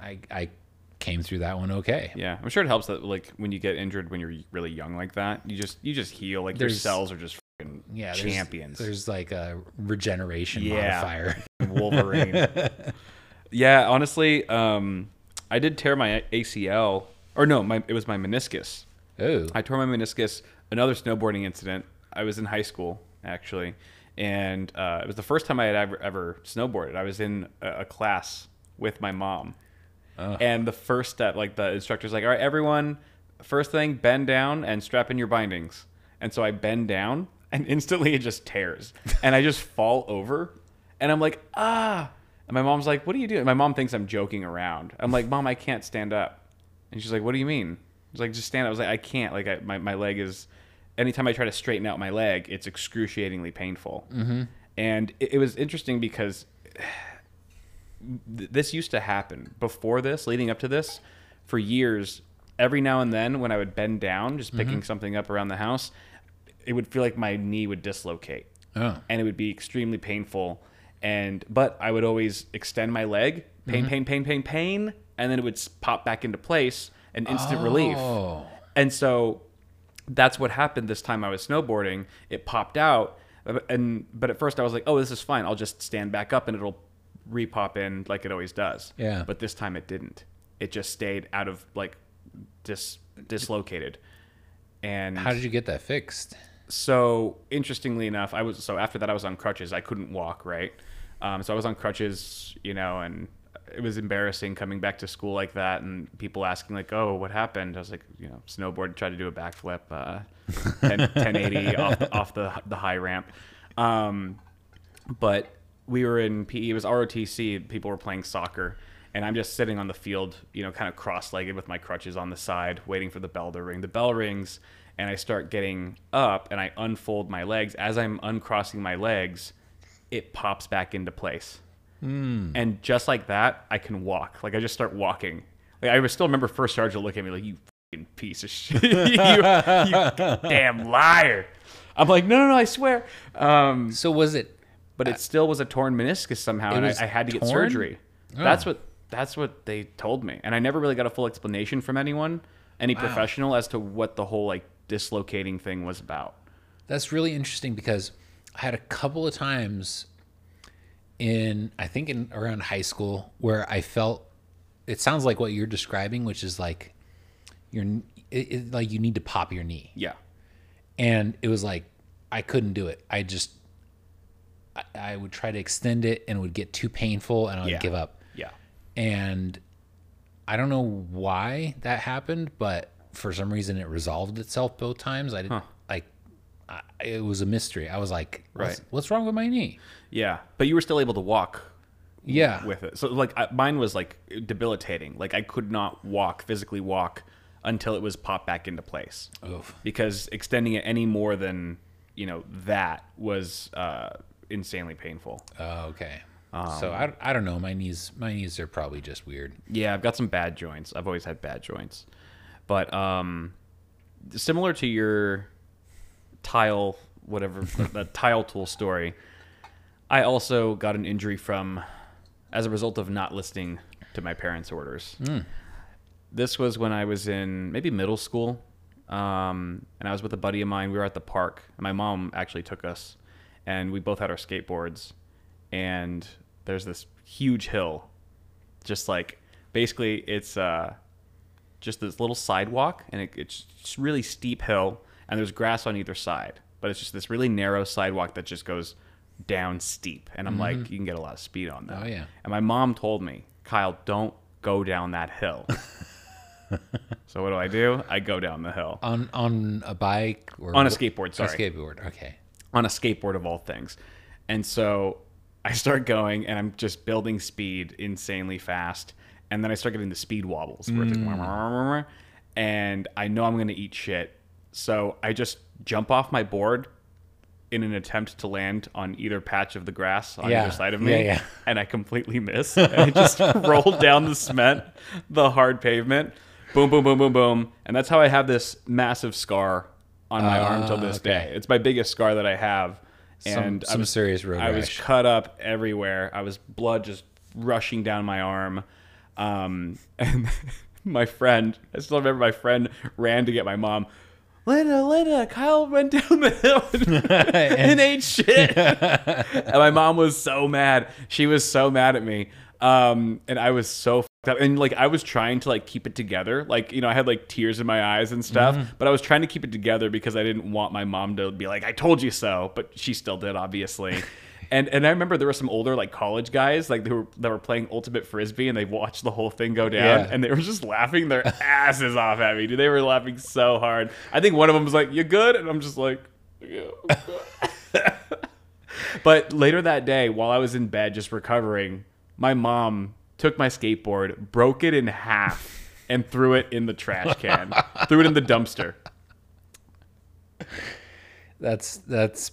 [SPEAKER 1] I I came through that one okay.
[SPEAKER 2] Yeah, I'm sure it helps that like when you get injured when you're really young like that, you just you just heal. Like your
[SPEAKER 1] There's-
[SPEAKER 2] cells are just fucking
[SPEAKER 1] Yeah. there's-
[SPEAKER 2] champions.
[SPEAKER 1] There's like a regeneration
[SPEAKER 2] Yeah.
[SPEAKER 1] modifier.
[SPEAKER 2] Wolverine. yeah, honestly, um, I did tear my ACL or no, my it was my meniscus.
[SPEAKER 1] oh.
[SPEAKER 2] I tore my meniscus. Another snowboarding incident. I was in high school actually, and uh, it was the first time I had ever ever snowboarded. I was in a, a class with my mom, and the first step, like the instructor's like, "All right, everyone, first thing, bend down and strap in your bindings." And so I bend down, and instantly it just tears, and I just fall over, and I'm like, ah. And my mom's like, "What are you doing?" My mom thinks I'm joking around. I'm like, "Mom, I can't stand up." And she's like, "What do you mean?" I was like, "Just stand." up." I was like, "I can't. Like, I, my my leg is. Anytime I try to straighten out my leg, it's excruciatingly painful." Mm-hmm. And it, it was interesting because th- this used to happen before this, leading up to this, for years. Every now and then, when I would bend down, just
[SPEAKER 1] Mm-hmm.
[SPEAKER 2] picking something up around the house, it would feel like my knee would dislocate
[SPEAKER 1] Oh.
[SPEAKER 2] and it would be extremely painful. And but I would always extend my leg, pain,
[SPEAKER 1] Mm-hmm.
[SPEAKER 2] pain, pain, pain, pain, and then it would s- pop back into place, and instant relief.
[SPEAKER 1] Oh.
[SPEAKER 2] And so that's what happened this time I was snowboarding. It popped out, uh, and but at first I was like, oh, this is fine. I'll just stand back up, and it'll repop in like it always does.
[SPEAKER 1] Yeah.
[SPEAKER 2] But this time it didn't. It just stayed out of like dis dislocated. And
[SPEAKER 1] How did you get that fixed?
[SPEAKER 2] so interestingly enough, I was so after that I was on crutches. I couldn't walk right, um, so I was on crutches, you know, and it was embarrassing coming back to school like that and people asking like, "Oh, what happened?" I was like, you know, snowboard tried to do a backflip, uh, 10, 1080 off the, off the the high ramp, um, but we were in PE. It was ROTC. People were playing soccer, and I'm just sitting on the field, you know, kind of cross-legged with my crutches on the side, waiting for the bell to ring. The bell rings, and I start getting up, and I unfold my legs. As I'm uncrossing my legs, it pops back into place, and just like that, I can walk. Like I just start walking. Like I still remember first sergeant looking at me like you. fucking Piece of shit, you, you damn liar! I'm like, no, no, no, I swear. Um,
[SPEAKER 1] So was it?
[SPEAKER 2] but it still was a torn meniscus somehow, and I,
[SPEAKER 1] Uh, was
[SPEAKER 2] I had to get
[SPEAKER 1] torn? Oh.
[SPEAKER 2] surgery. That's what that's what they told me, and I never really got a full explanation from anyone, any professional, as to what the whole like dislocating thing was about.
[SPEAKER 1] That's really interesting because I had a couple of times in I think in around high school where I felt it sounds like what you're describing, which is like you're it, it, like you need to pop your knee,
[SPEAKER 2] Yeah,
[SPEAKER 1] and it was like I couldn't do it. I just I, I would try to extend it and it would get too painful, and I would
[SPEAKER 2] Yeah.
[SPEAKER 1] give up.
[SPEAKER 2] Yeah.
[SPEAKER 1] And I don't know why that happened, but for some reason it resolved itself both times. I didn't like. I, it was a mystery. I was like, what's,
[SPEAKER 2] Right.
[SPEAKER 1] what's wrong with my knee?
[SPEAKER 2] Yeah. But you were still able to walk
[SPEAKER 1] Yeah.
[SPEAKER 2] with it. So like I, mine was like debilitating. Like I could not walk physically walk until it was popped back into place.
[SPEAKER 1] Oof.
[SPEAKER 2] Because extending it any more than you know that was uh, insanely painful.
[SPEAKER 1] Oh, okay. so
[SPEAKER 2] Um,
[SPEAKER 1] I, I don't know. My knees my knees are probably just weird.
[SPEAKER 2] Yeah, I've got some bad joints. I've always had bad joints, but um, similar to your tile whatever the tile tool story, I also got an injury from as a result of not listening to my parents' orders. This was when I was in maybe middle school, um, and I was with a buddy of mine. We were at the park, and my mom actually took us, and we both had our skateboards. And there's this huge hill just like basically it's uh just this little sidewalk and it, it's just really steep hill and there's grass on either side but it's just this really narrow sidewalk that just goes down steep and i'm like you can get a lot of speed on that
[SPEAKER 1] Oh, yeah.
[SPEAKER 2] and my mom told me kyle don't go down that hill so what do i do i go down the hill
[SPEAKER 1] On on a bike or
[SPEAKER 2] On a skateboard,
[SPEAKER 1] On a
[SPEAKER 2] sorry.
[SPEAKER 1] skateboard. Okay.
[SPEAKER 2] on a skateboard of all things. And so I start going and I'm just building speed insanely fast. And then I start getting the speed wobbles where it's like, "Wah, wah, wah, wah, wah," and I know I'm going to eat shit. So I just jump off my board in an attempt to land on either patch of the grass on
[SPEAKER 1] Yeah.
[SPEAKER 2] either side of me.
[SPEAKER 1] Yeah, yeah.
[SPEAKER 2] And I completely miss. And I just roll down the cement, the hard pavement. Boom, boom, boom, boom, boom. And that's how I have this massive scar on my arm till this
[SPEAKER 1] Ah, okay.
[SPEAKER 2] day. It's my biggest scar that I have.
[SPEAKER 1] Some-
[SPEAKER 2] And I
[SPEAKER 1] some
[SPEAKER 2] was,
[SPEAKER 1] serious road
[SPEAKER 2] I was
[SPEAKER 1] rash.
[SPEAKER 2] cut up everywhere. I was blood just rushing down my arm. Um, and my friend, I still remember my friend ran to get my mom. Linda, Linda, Kyle went down the hill and, ate shit. and my mom was so mad. She was so mad at me. Um, and I was so fucked up. And like I was trying to like keep it together. Like, you know, I had like tears in my eyes and stuff, but I was trying to keep it together because I didn't want my mom to be like, I told you so, but she still did, obviously. And, and I remember there were some older like college guys like they were that were playing ultimate frisbee and they watched the whole thing go down
[SPEAKER 1] Yeah.
[SPEAKER 2] and they were just laughing their asses off at me. Dude, they were laughing so hard. I think one of them was like, "You good?" and I'm just like, "Yeah, I'm good." But later that day, while I was in bed just recovering, my mom took my skateboard, broke it in half, and threw it in the trash can, threw it in the dumpster.
[SPEAKER 1] That's that's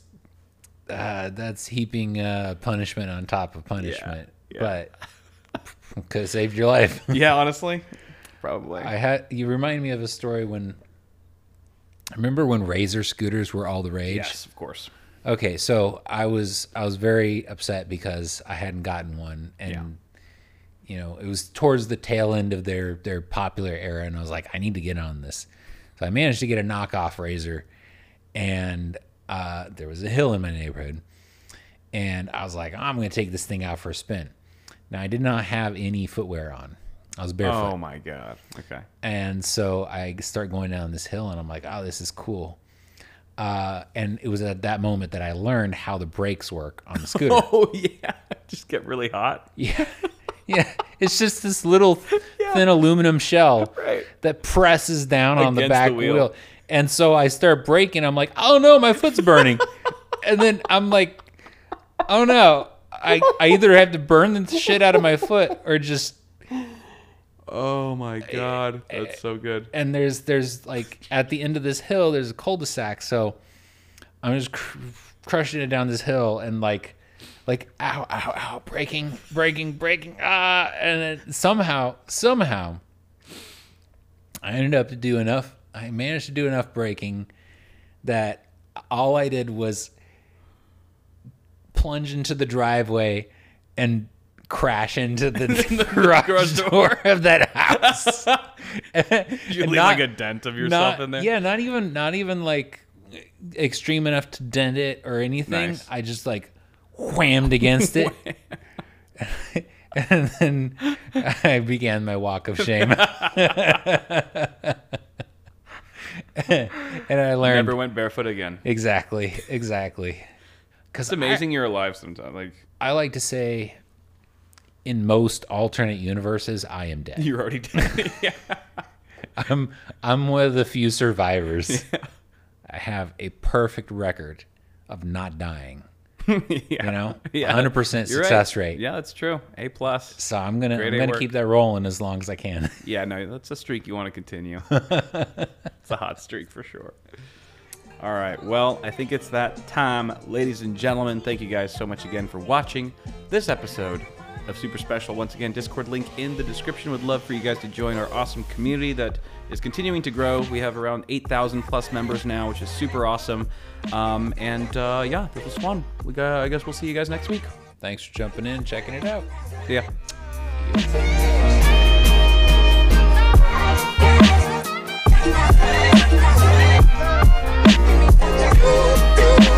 [SPEAKER 1] uh, that's heaping uh, punishment on top of punishment.
[SPEAKER 2] yeah.
[SPEAKER 1] But could have saved your life.
[SPEAKER 2] Yeah, honestly, probably.
[SPEAKER 1] I had you remind me of a story when I remember when razor scooters were all the rage.
[SPEAKER 2] yes, of course.
[SPEAKER 1] Okay, so I was I was very upset because I hadn't gotten one, and you know it was towards the tail end of their their popular era, and I was like, I need to get on this. So I managed to get a knockoff razor, and uh, there was a hill in my neighborhood, and I was like, I'm going to take this thing out for a spin. Now I did not have any footwear on; I was barefoot.
[SPEAKER 2] Oh my god. Okay.
[SPEAKER 1] And so I start going down this hill and I'm like, oh, this is cool. Uh, and it was at that moment that I learned how the brakes work on the scooter.
[SPEAKER 2] Oh yeah, just get really hot.
[SPEAKER 1] yeah. Yeah. It's just this little thin aluminum shell
[SPEAKER 2] Right.
[SPEAKER 1] that presses down on the
[SPEAKER 2] Against
[SPEAKER 1] back
[SPEAKER 2] the
[SPEAKER 1] wheel.
[SPEAKER 2] wheel.
[SPEAKER 1] And so I start braking. I'm like, oh no, my foot's burning. and then I'm like, oh no. I, I either have to burn the shit out of my foot or just
[SPEAKER 2] Oh my god, that's so good.
[SPEAKER 1] and there's there's like at the end of this hill there's a cul-de-sac so i'm just cr- crushing it down this hill and like like ow ow ow breaking breaking breaking ah and then somehow somehow i ended up to do enough i managed to do enough breaking that all i did was plunge into the driveway and crash into the, garage,
[SPEAKER 2] garage
[SPEAKER 1] door of that house
[SPEAKER 2] Did you
[SPEAKER 1] and
[SPEAKER 2] leave
[SPEAKER 1] not-
[SPEAKER 2] like a dent of yourself
[SPEAKER 1] not,
[SPEAKER 2] in there?
[SPEAKER 1] Yeah, not even not even like extreme enough to dent it or anything.
[SPEAKER 2] Nice.
[SPEAKER 1] I just like whammed against it. and then I began my walk of shame. and I learned
[SPEAKER 2] Never went barefoot again.
[SPEAKER 1] exactly, exactly. Because
[SPEAKER 2] It's amazing you're alive sometimes. Like
[SPEAKER 1] I like to say, in most alternate universes, I am dead.
[SPEAKER 2] you're already dead. yeah.
[SPEAKER 1] I'm I'm one of the few survivors. I have a perfect record of not dying.
[SPEAKER 2] yeah.
[SPEAKER 1] You know,
[SPEAKER 2] Yeah.
[SPEAKER 1] 100%
[SPEAKER 2] You're right.
[SPEAKER 1] success rate.
[SPEAKER 2] Yeah, that's true. A plus.
[SPEAKER 1] So I'm gonna
[SPEAKER 2] Great
[SPEAKER 1] I'm gonna
[SPEAKER 2] work.
[SPEAKER 1] keep that rolling as long as I can.
[SPEAKER 2] Yeah, no, that's a streak you want to continue. it's a hot streak for sure. All right. Well, I think it's that time, ladies and gentlemen. Thank you guys so much again for watching this episode of Super Special. Once again, Discord link in the description. Would love for you guys to join our awesome community that is continuing to grow. We have around 8,000 plus members now, which is super awesome. Um, and uh, yeah, this was fun. We got, I guess we'll see you guys next week.
[SPEAKER 1] Thanks for jumping in, checking it out.
[SPEAKER 2] See ya.
[SPEAKER 3] Thank you.